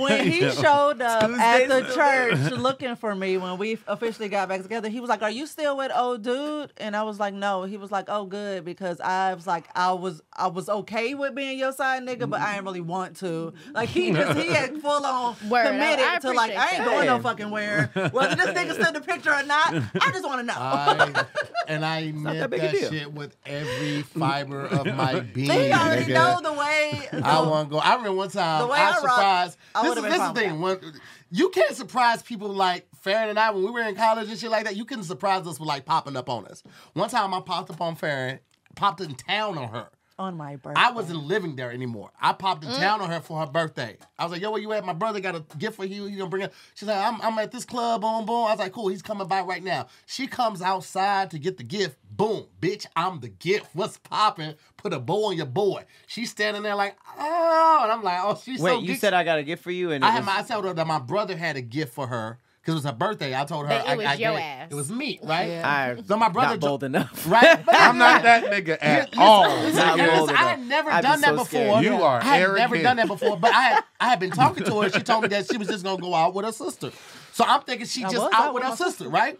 when he
Yeah.
showed up at the church looking for me when we officially got back together. He was like, "Are you still with old dude?" And I was like, "No." He was like, "Oh, good," because I was like, "I was I was okay with being your side nigga, but I didn't really want to." Like he just he had full on
Word. I-
committed
I
to like I ain't
appreciate
going
that.
no fucking where. Whether this nigga stood the picture or not, I just want to know.
I, and I meant
that big
that,
a deal.
shit with every fiber of my being.
he already
nigga.
know the way.
I want to go. I remember one time
The way
I,
I rock,
surprised.
I
this
would've
is
been
this is the
fine with
thing. When- you can't surprise people like Farron and I when we were in college and shit like that. You couldn't surprise us with like popping up on us. One time I popped up on Farron, popped in town on her.
on my birthday.
I wasn't living there anymore. I popped in town on her for her birthday. I was like, "Yo, where you at? My brother got a gift for you. You gonna bring it?" She's like, "I'm, I'm at this club, boom, boom." I was like, "Cool, he's coming by right now." She comes outside to get the gift. Boom, bitch, I'm the gift. What's popping? Put a bow on your boy. She's standing there like, "Oh," and I'm like, "Oh, she's so."
Wait, you
geek-
said I got a gift for you, and
I
it
had
was-
my. I told her that my brother had a gift for her because it was her birthday. I told her
That it
I,
was
I
your
gave-
ass.
It was me, right?
I-
so my brother,
not bold enough.
right?
I'm not that nigga at
Listen,
all.
listen,
Not
listen,
bold
I
enough.
had never
I'd be
done that
so
before.
scared.
You are
I had
Eric
never
Henry.
done that before, but I had, I had been talking to her. and She told me that she was just gonna go out with her sister. So I'm thinking she just
was
out with her sister, right?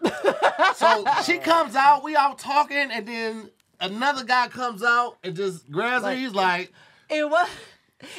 so she comes out, we all talking, and then another guy comes out and just grabs her. He's like,
it was.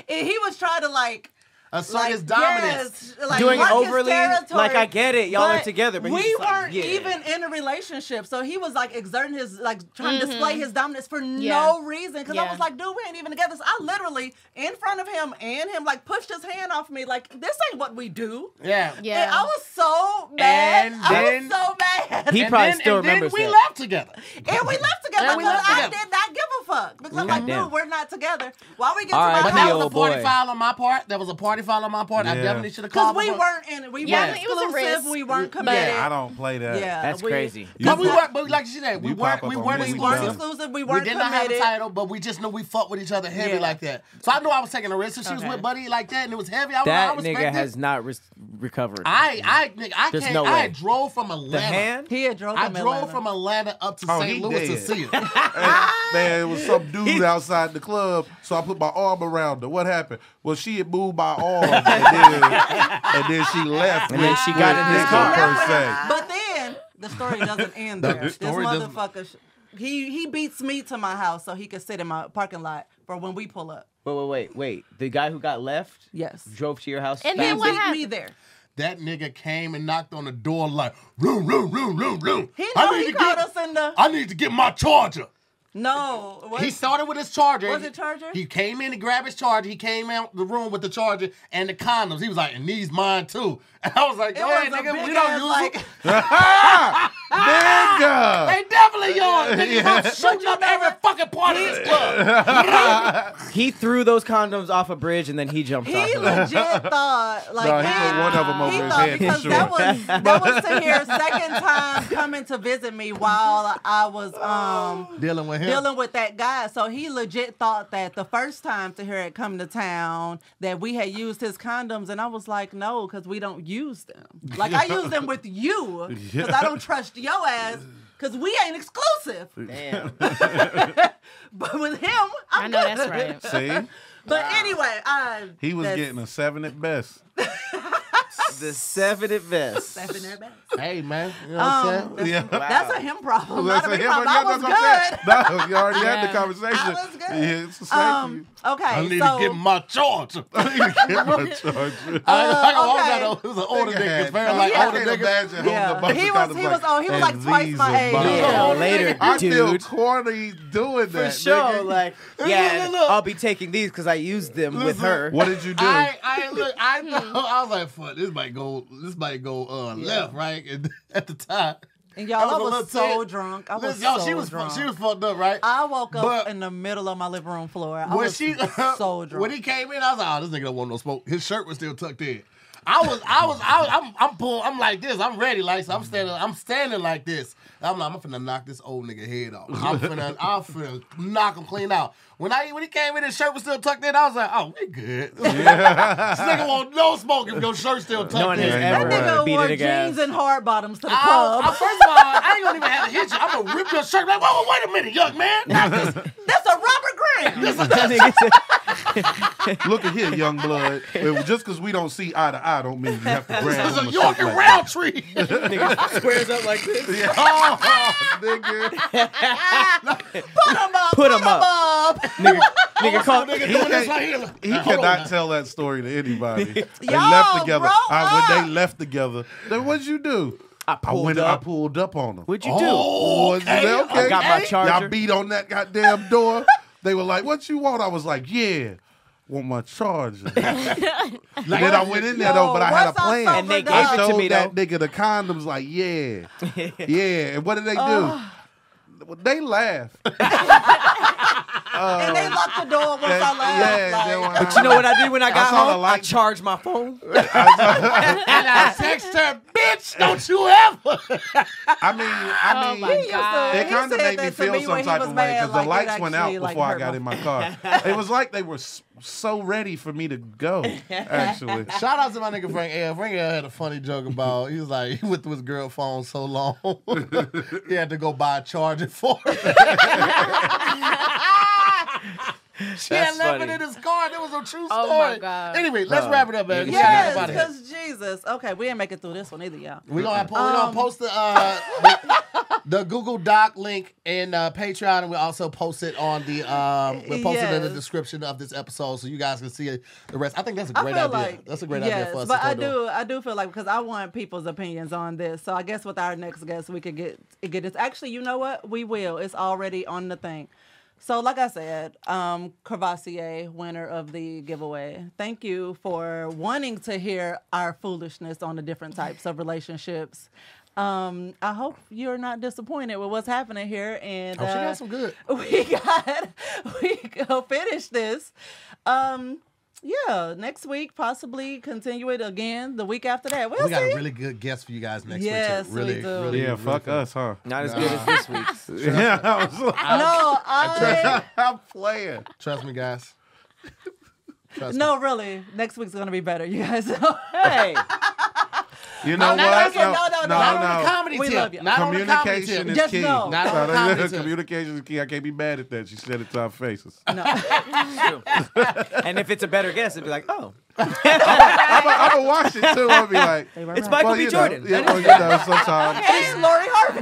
and he was trying to like.
assert
like,
his dominance.
yes, like,
doing it
mark his
overly.
territory,
Like I get it, y'all are together, but
we
he's just like,
weren't
yeah.
even in a relationship, so he was like exerting his like trying to display his dominance for no reason. Because I
Mm-hmm. Yeah.
was like, dude, we ain't even together. So I literally in front of him and him like pushed his hand off me. Like this ain't what we do.
Yeah.
Yeah.
And I was so mad.
And
I
then-
was so mad.
He
And
probably
then,
still
and
remembers
then we
that.
left together.
and we left together
And we
because
left
I
together.
did not give a fuck. Because I'm like,
Goddamn.
dude, we're not together. Why we get
All
to my
right,
But
Hey,
that
house?
was a
old
party
boy.
foul on my part. That was a party foul on my part. I
Yeah.
definitely should have
Because
called.
we
her.
weren't in it. We
Yeah,
weren't
it was a
exclusive.
risk.
We weren't committed.
Yeah, I don't play that.
Yeah,
That's
we-
crazy.
But we
You-
weren't. But like she said, we
You
weren't.
pop up
We
on
weren't
Wednesday.
We weren't
done.
exclusive.
exclusive. We
We
weren't
did
committed.
not have a title, but we just knew we fucked with each other heavy
Yeah.
like that. So I knew I was taking a risk, and she was
Okay.
with Buddy like that, and it was heavy. I was
that
like, I
nigga
respect
has
It.
not res- recovered.
I, I, nigga, I
There's
can't.
no
I
way.
drove from Atlanta.
the hand.
He had drove
I
from
drove
Atlanta.
from Atlanta up to
Oh, he
St. Louis to
dead.
see it.
Ah!
Man, it was some dude outside the club, so I put my arm around her. What happened? Well, she had moved my arm, and then, and then she left.
And then
with-
she got
with
in his
nigga
car.
Per se.
But then the story doesn't end there. this
story doesn't-
motherfucker, sh- he he beats me to my house so he could sit in my parking lot for when we pull up.
Wait, wait, wait, wait. The guy who got left
Yes.
drove to your house.
And
He
fast?
then what
beat me
happened?
there.
That nigga came and knocked on the door like, room, room, room, room, room.
He
I
know
need
he
to
called
get,
us in the
I need to get my charger.
no. What?
He started with his charger.
Was it charger?
He came in to grab his charger. He came out the room with the charger and the condoms. He was like, and these mine too. And I was like, go
was
ahead,
a
nigga. We
big
don't
ass,
use
like-
them.
Nigga!
They definitely yours. Nigga, I'm shooting up every fucking part of this club.
He threw those condoms off a bridge and then he jumped
he
off. of them.
legit thought like
No, he
that-
put one of them over
He
his
thought
head for
because
sure.
that was that was to hear second time coming to visit me while I was um
Dealing with him.
dealing with that guy. So he legit thought that the first time to hear it come to town that we had used his condoms, and I was like, no, because we don't use them. Like I use them with you because I don't trust your ass. Cause we ain't exclusive,
Damn.
but with him, I'm
I know
good.
that's right.
See,
But anyway, I
he was
that's-
getting a seven at best.
the seven at best.
Stepping their back.
Hey, man. You know what I'm
Um,
saying?
Yeah.
That's a him problem.
That's
not a
a
me
him
problem.
yeah,
I
that's
was
what
good.
I'm saying. No, you already had the conversation.
I was good.
Yeah, it's a safety.
Um, okay,
I need
so
to get my charger.
I need to get my charger.
I, I
okay.
got a, it was an older
Nigga
nigga.
had
It's very
condoms.
like
I
older
can't
nigga.
imagine holding
Yeah.
a bunch
He
of
was-
condoms
he was- oh, he was
and
like twice
these
my
are
age.
mine.
Yeah.
Yeah, later,
I feel
dude.
corny doing
For
that.
sure.
nigga.
Like, yeah, I'll be taking these because I used them with her.
What did you do?
I, I look, I
Hmm.
know. I was like, "Fuck, this might go, this might go uh, left, right." And at the time,
and y'all, I
I was a
was,
little
so
kid.
drunk. I was
listen, yo,
so
she was fu-
drunk.
she was fucked up, right?
I woke up
But-
in the middle of my living room floor. I
when
was
she
so drunk.
when he came in, I was like, "Oh, this nigga don't want no smoke." His shirt was still tucked in. I was, I was, I was I'm, I'm pulling, I'm like this, I'm ready, like so I'm standing, I'm standing like this. I'm like, I'm finna knock this old nigga head off. I'm finna, I'm finna knock him clean out. When I when he came in, his shirt was still tucked in. I was like, oh, we good. this nigga won't no smoke if your shirt's still tucked
No one
in.
has
That
ever
Nigga
beat
wore
it again.
jeans and hard bottoms to the
I'll-
club.
I'll- first of all, I ain't gonna even have to hit you. I'm gonna rip your shirt. Like, whoa, whoa, wait a minute, young man. Not this.
That's a rubber grip.
This is
Look at here, young blood. Well, Just because we don't see eye to eye, don't mean you have to
this
grab
is
on
a
the
York
shit
and
like
round tree.
Nigga squares up like this.
that. Oh, nigga.
Put 'em up.
Put 'em
put 'em up.
Nigga, nigga call.
He,
this
can't-
right here. Look.
he
Now, hold on now.
cannot tell that story to anybody. They
Y'all
left together.
grow
I, when
up.
they left together, then what'd you do?
I pulled
went.
up.
I pulled up on them.
What'd you
Oh, is that okay?
I got my charger.
Y'all beat on that goddamn door. they were like, "What you want?" I was like, "Yeah, want my charger." and then I went in there though, but I had a
What's up,
plan.
And
they
I
gave it to
showed
me,
that
though.
nigga the condoms. Like, yeah, yeah. And what did they do?
Uh.
Well, They laugh.
And they locked the door once I left.
yeah, they
like,
were-
But you know what I did when I got
saw the
home? I
light.
charged my phone.
And I text her, bitch, don't you ever.
I mean, I
Oh
mean,
my
he used to-
God.
It
he
kind of
said
made
that
me
to me
feel
when
some
he
type
was
of way
mad,
because the
like, it
lights went out
actually,
before
like,
I
hurt
got
my-
in my car. it was like they were s- so ready for me to go. Actually,
Shout out to my nigga Frank L. Frank L had a funny joke about he was like he went through his girl phone so long he had to go buy a charger for it. she had
That's
left it
funny.
in his car. That was a true story.
Oh, my God.
Anyway, let's wrap it up, man. We gotta get up
Yes,
outta here.
because Jesus. Okay, we ain't making through this one either, y'all.
We gonna have, po- we gonna
Um,
post the, uh, the the Google Doc link in uh, Patreon, and we also post it on the um, we post it in the
Yes.
description of this episode, so you guys can see the rest. I think that's a
I
great
feel
idea.
like
that's a great
yes,
idea for us.
But
to
I
go do.
do, I do feel like because I want people's opinions on this. So I guess with our next guest, we could get get this. Actually, you know what? We will. It's already on the thing. So like I said, um, Carvassier, winner of the giveaway. Thank you for wanting to hear our foolishness on the different types of relationships. Um, I hope you're not disappointed with what's happening here. And
Oh, she
uh,
got some good.
we got we go finish this um yeah next week possibly continue it again the week after that we'll
We got
see
a really good guest for you guys next
Yes,
week.
we
Too. Really,
do.
really,
yeah,
really
fuck
fun.
us, huh?
Not as good as this week's.
Yeah, I was like,
no I,
I'm playing.
Trust me, guys. Trust
no really next week's gonna be better you guys
Hey,
You know
no,
what?
no, no, no,
Not
no,
on the comedy
We
tip.
love you.
Not on the comedy
Communication
tip.
is
Just
key.
no. Not
on the comedy tip.
communication is key. I can't be mad at that. She said it to our faces.
and if it's a better guess, it'd be like, oh,
I'm gonna watch it too. I'll be like,
it's Michael
well,
B.
you know,
Jordan.
yeah, well, you know, sometimes.
it's lori harvey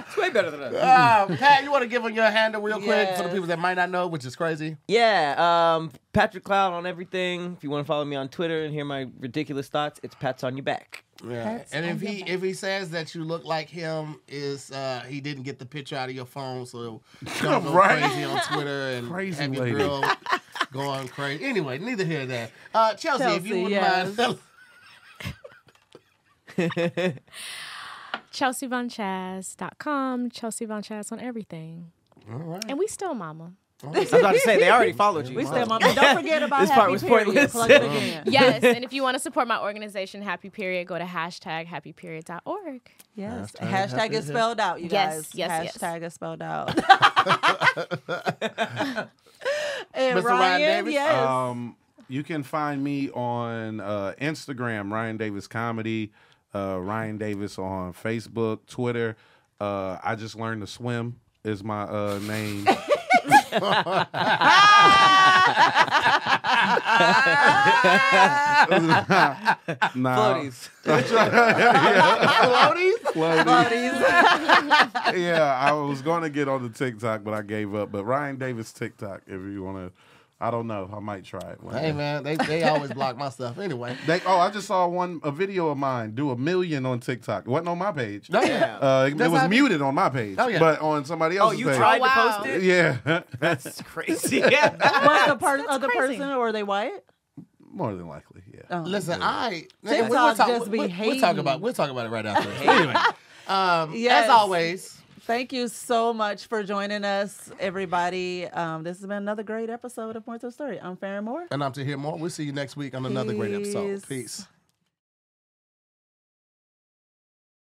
It's way better than us.
Uh, Pat, you want to give them your handle real quick for the
Yes.
people that might not know, which is crazy.
Yeah, um, Patrick Cloud on everything. If you want to follow me on Twitter and hear my ridiculous thoughts, it's Pat's on your back.
Yeah. And if he if he says that you look like him, is uh, he didn't get the picture out of your phone, so don't go
Right.
crazy on Twitter and
Crazy
have your
lady.
girl going crazy. Anyway, neither here nor there. Uh, Chelsea, if you
Chelsea,
wouldn't
yes.
mind,
ChelseaVonChaz.com, Chelsea Von Chaz on everything. And we still mama.
I was about to say they already followed you.
we still mama don't forget about
This
happy
part was
period.
pointless.
Plug it again.
Yes, and if you want to support my organization, Happy Period, go to hashtag happyperiod.org.
yes hashtag is spelled out you guys
Yes, yes, yes.
hashtag is spelled out
Mr.
and
Ryan Davis?
yes
Um, you can find me on uh, Instagram, Ryan Davis Comedy, uh, Ryan Davis on Facebook, Twitter. Uh, I just learned to swim is my uh, name. nah.
Floaties.
Floaties.
Buddies.
yeah, I was going to get on the TikTok, but I gave up. But Ryan Davis TikTok, if you want to, I don't know. I might try it. one
hey
day.
man, they, they always block my stuff. Anyway,
They, oh, I just saw one a video of mine do a million on TikTok. It wasn't on my page.
no, yeah.
Uh, it, it
That's
was
how-
muted on my page.
Oh, yeah.
But on somebody
Oh,
else's
you
page.
tried
wow.
to post it?
Yeah.
That's crazy. Yeah.
What's the per- other
crazy.
person? Or are they white? Oh,
More than likely, yeah.
Listen, I
TikTok
we'll talk-
just be
we'll- we'll talk
hating.
about we'll talk about it right after. this. anyway, um, as
Yes.
always,
Thank you so much for joining us, everybody. Um, this has been another great episode of More to the Story. I'm Farron Moore.
And I'm to hear more. We'll see you next week on another great episode.
Peace.
Peace.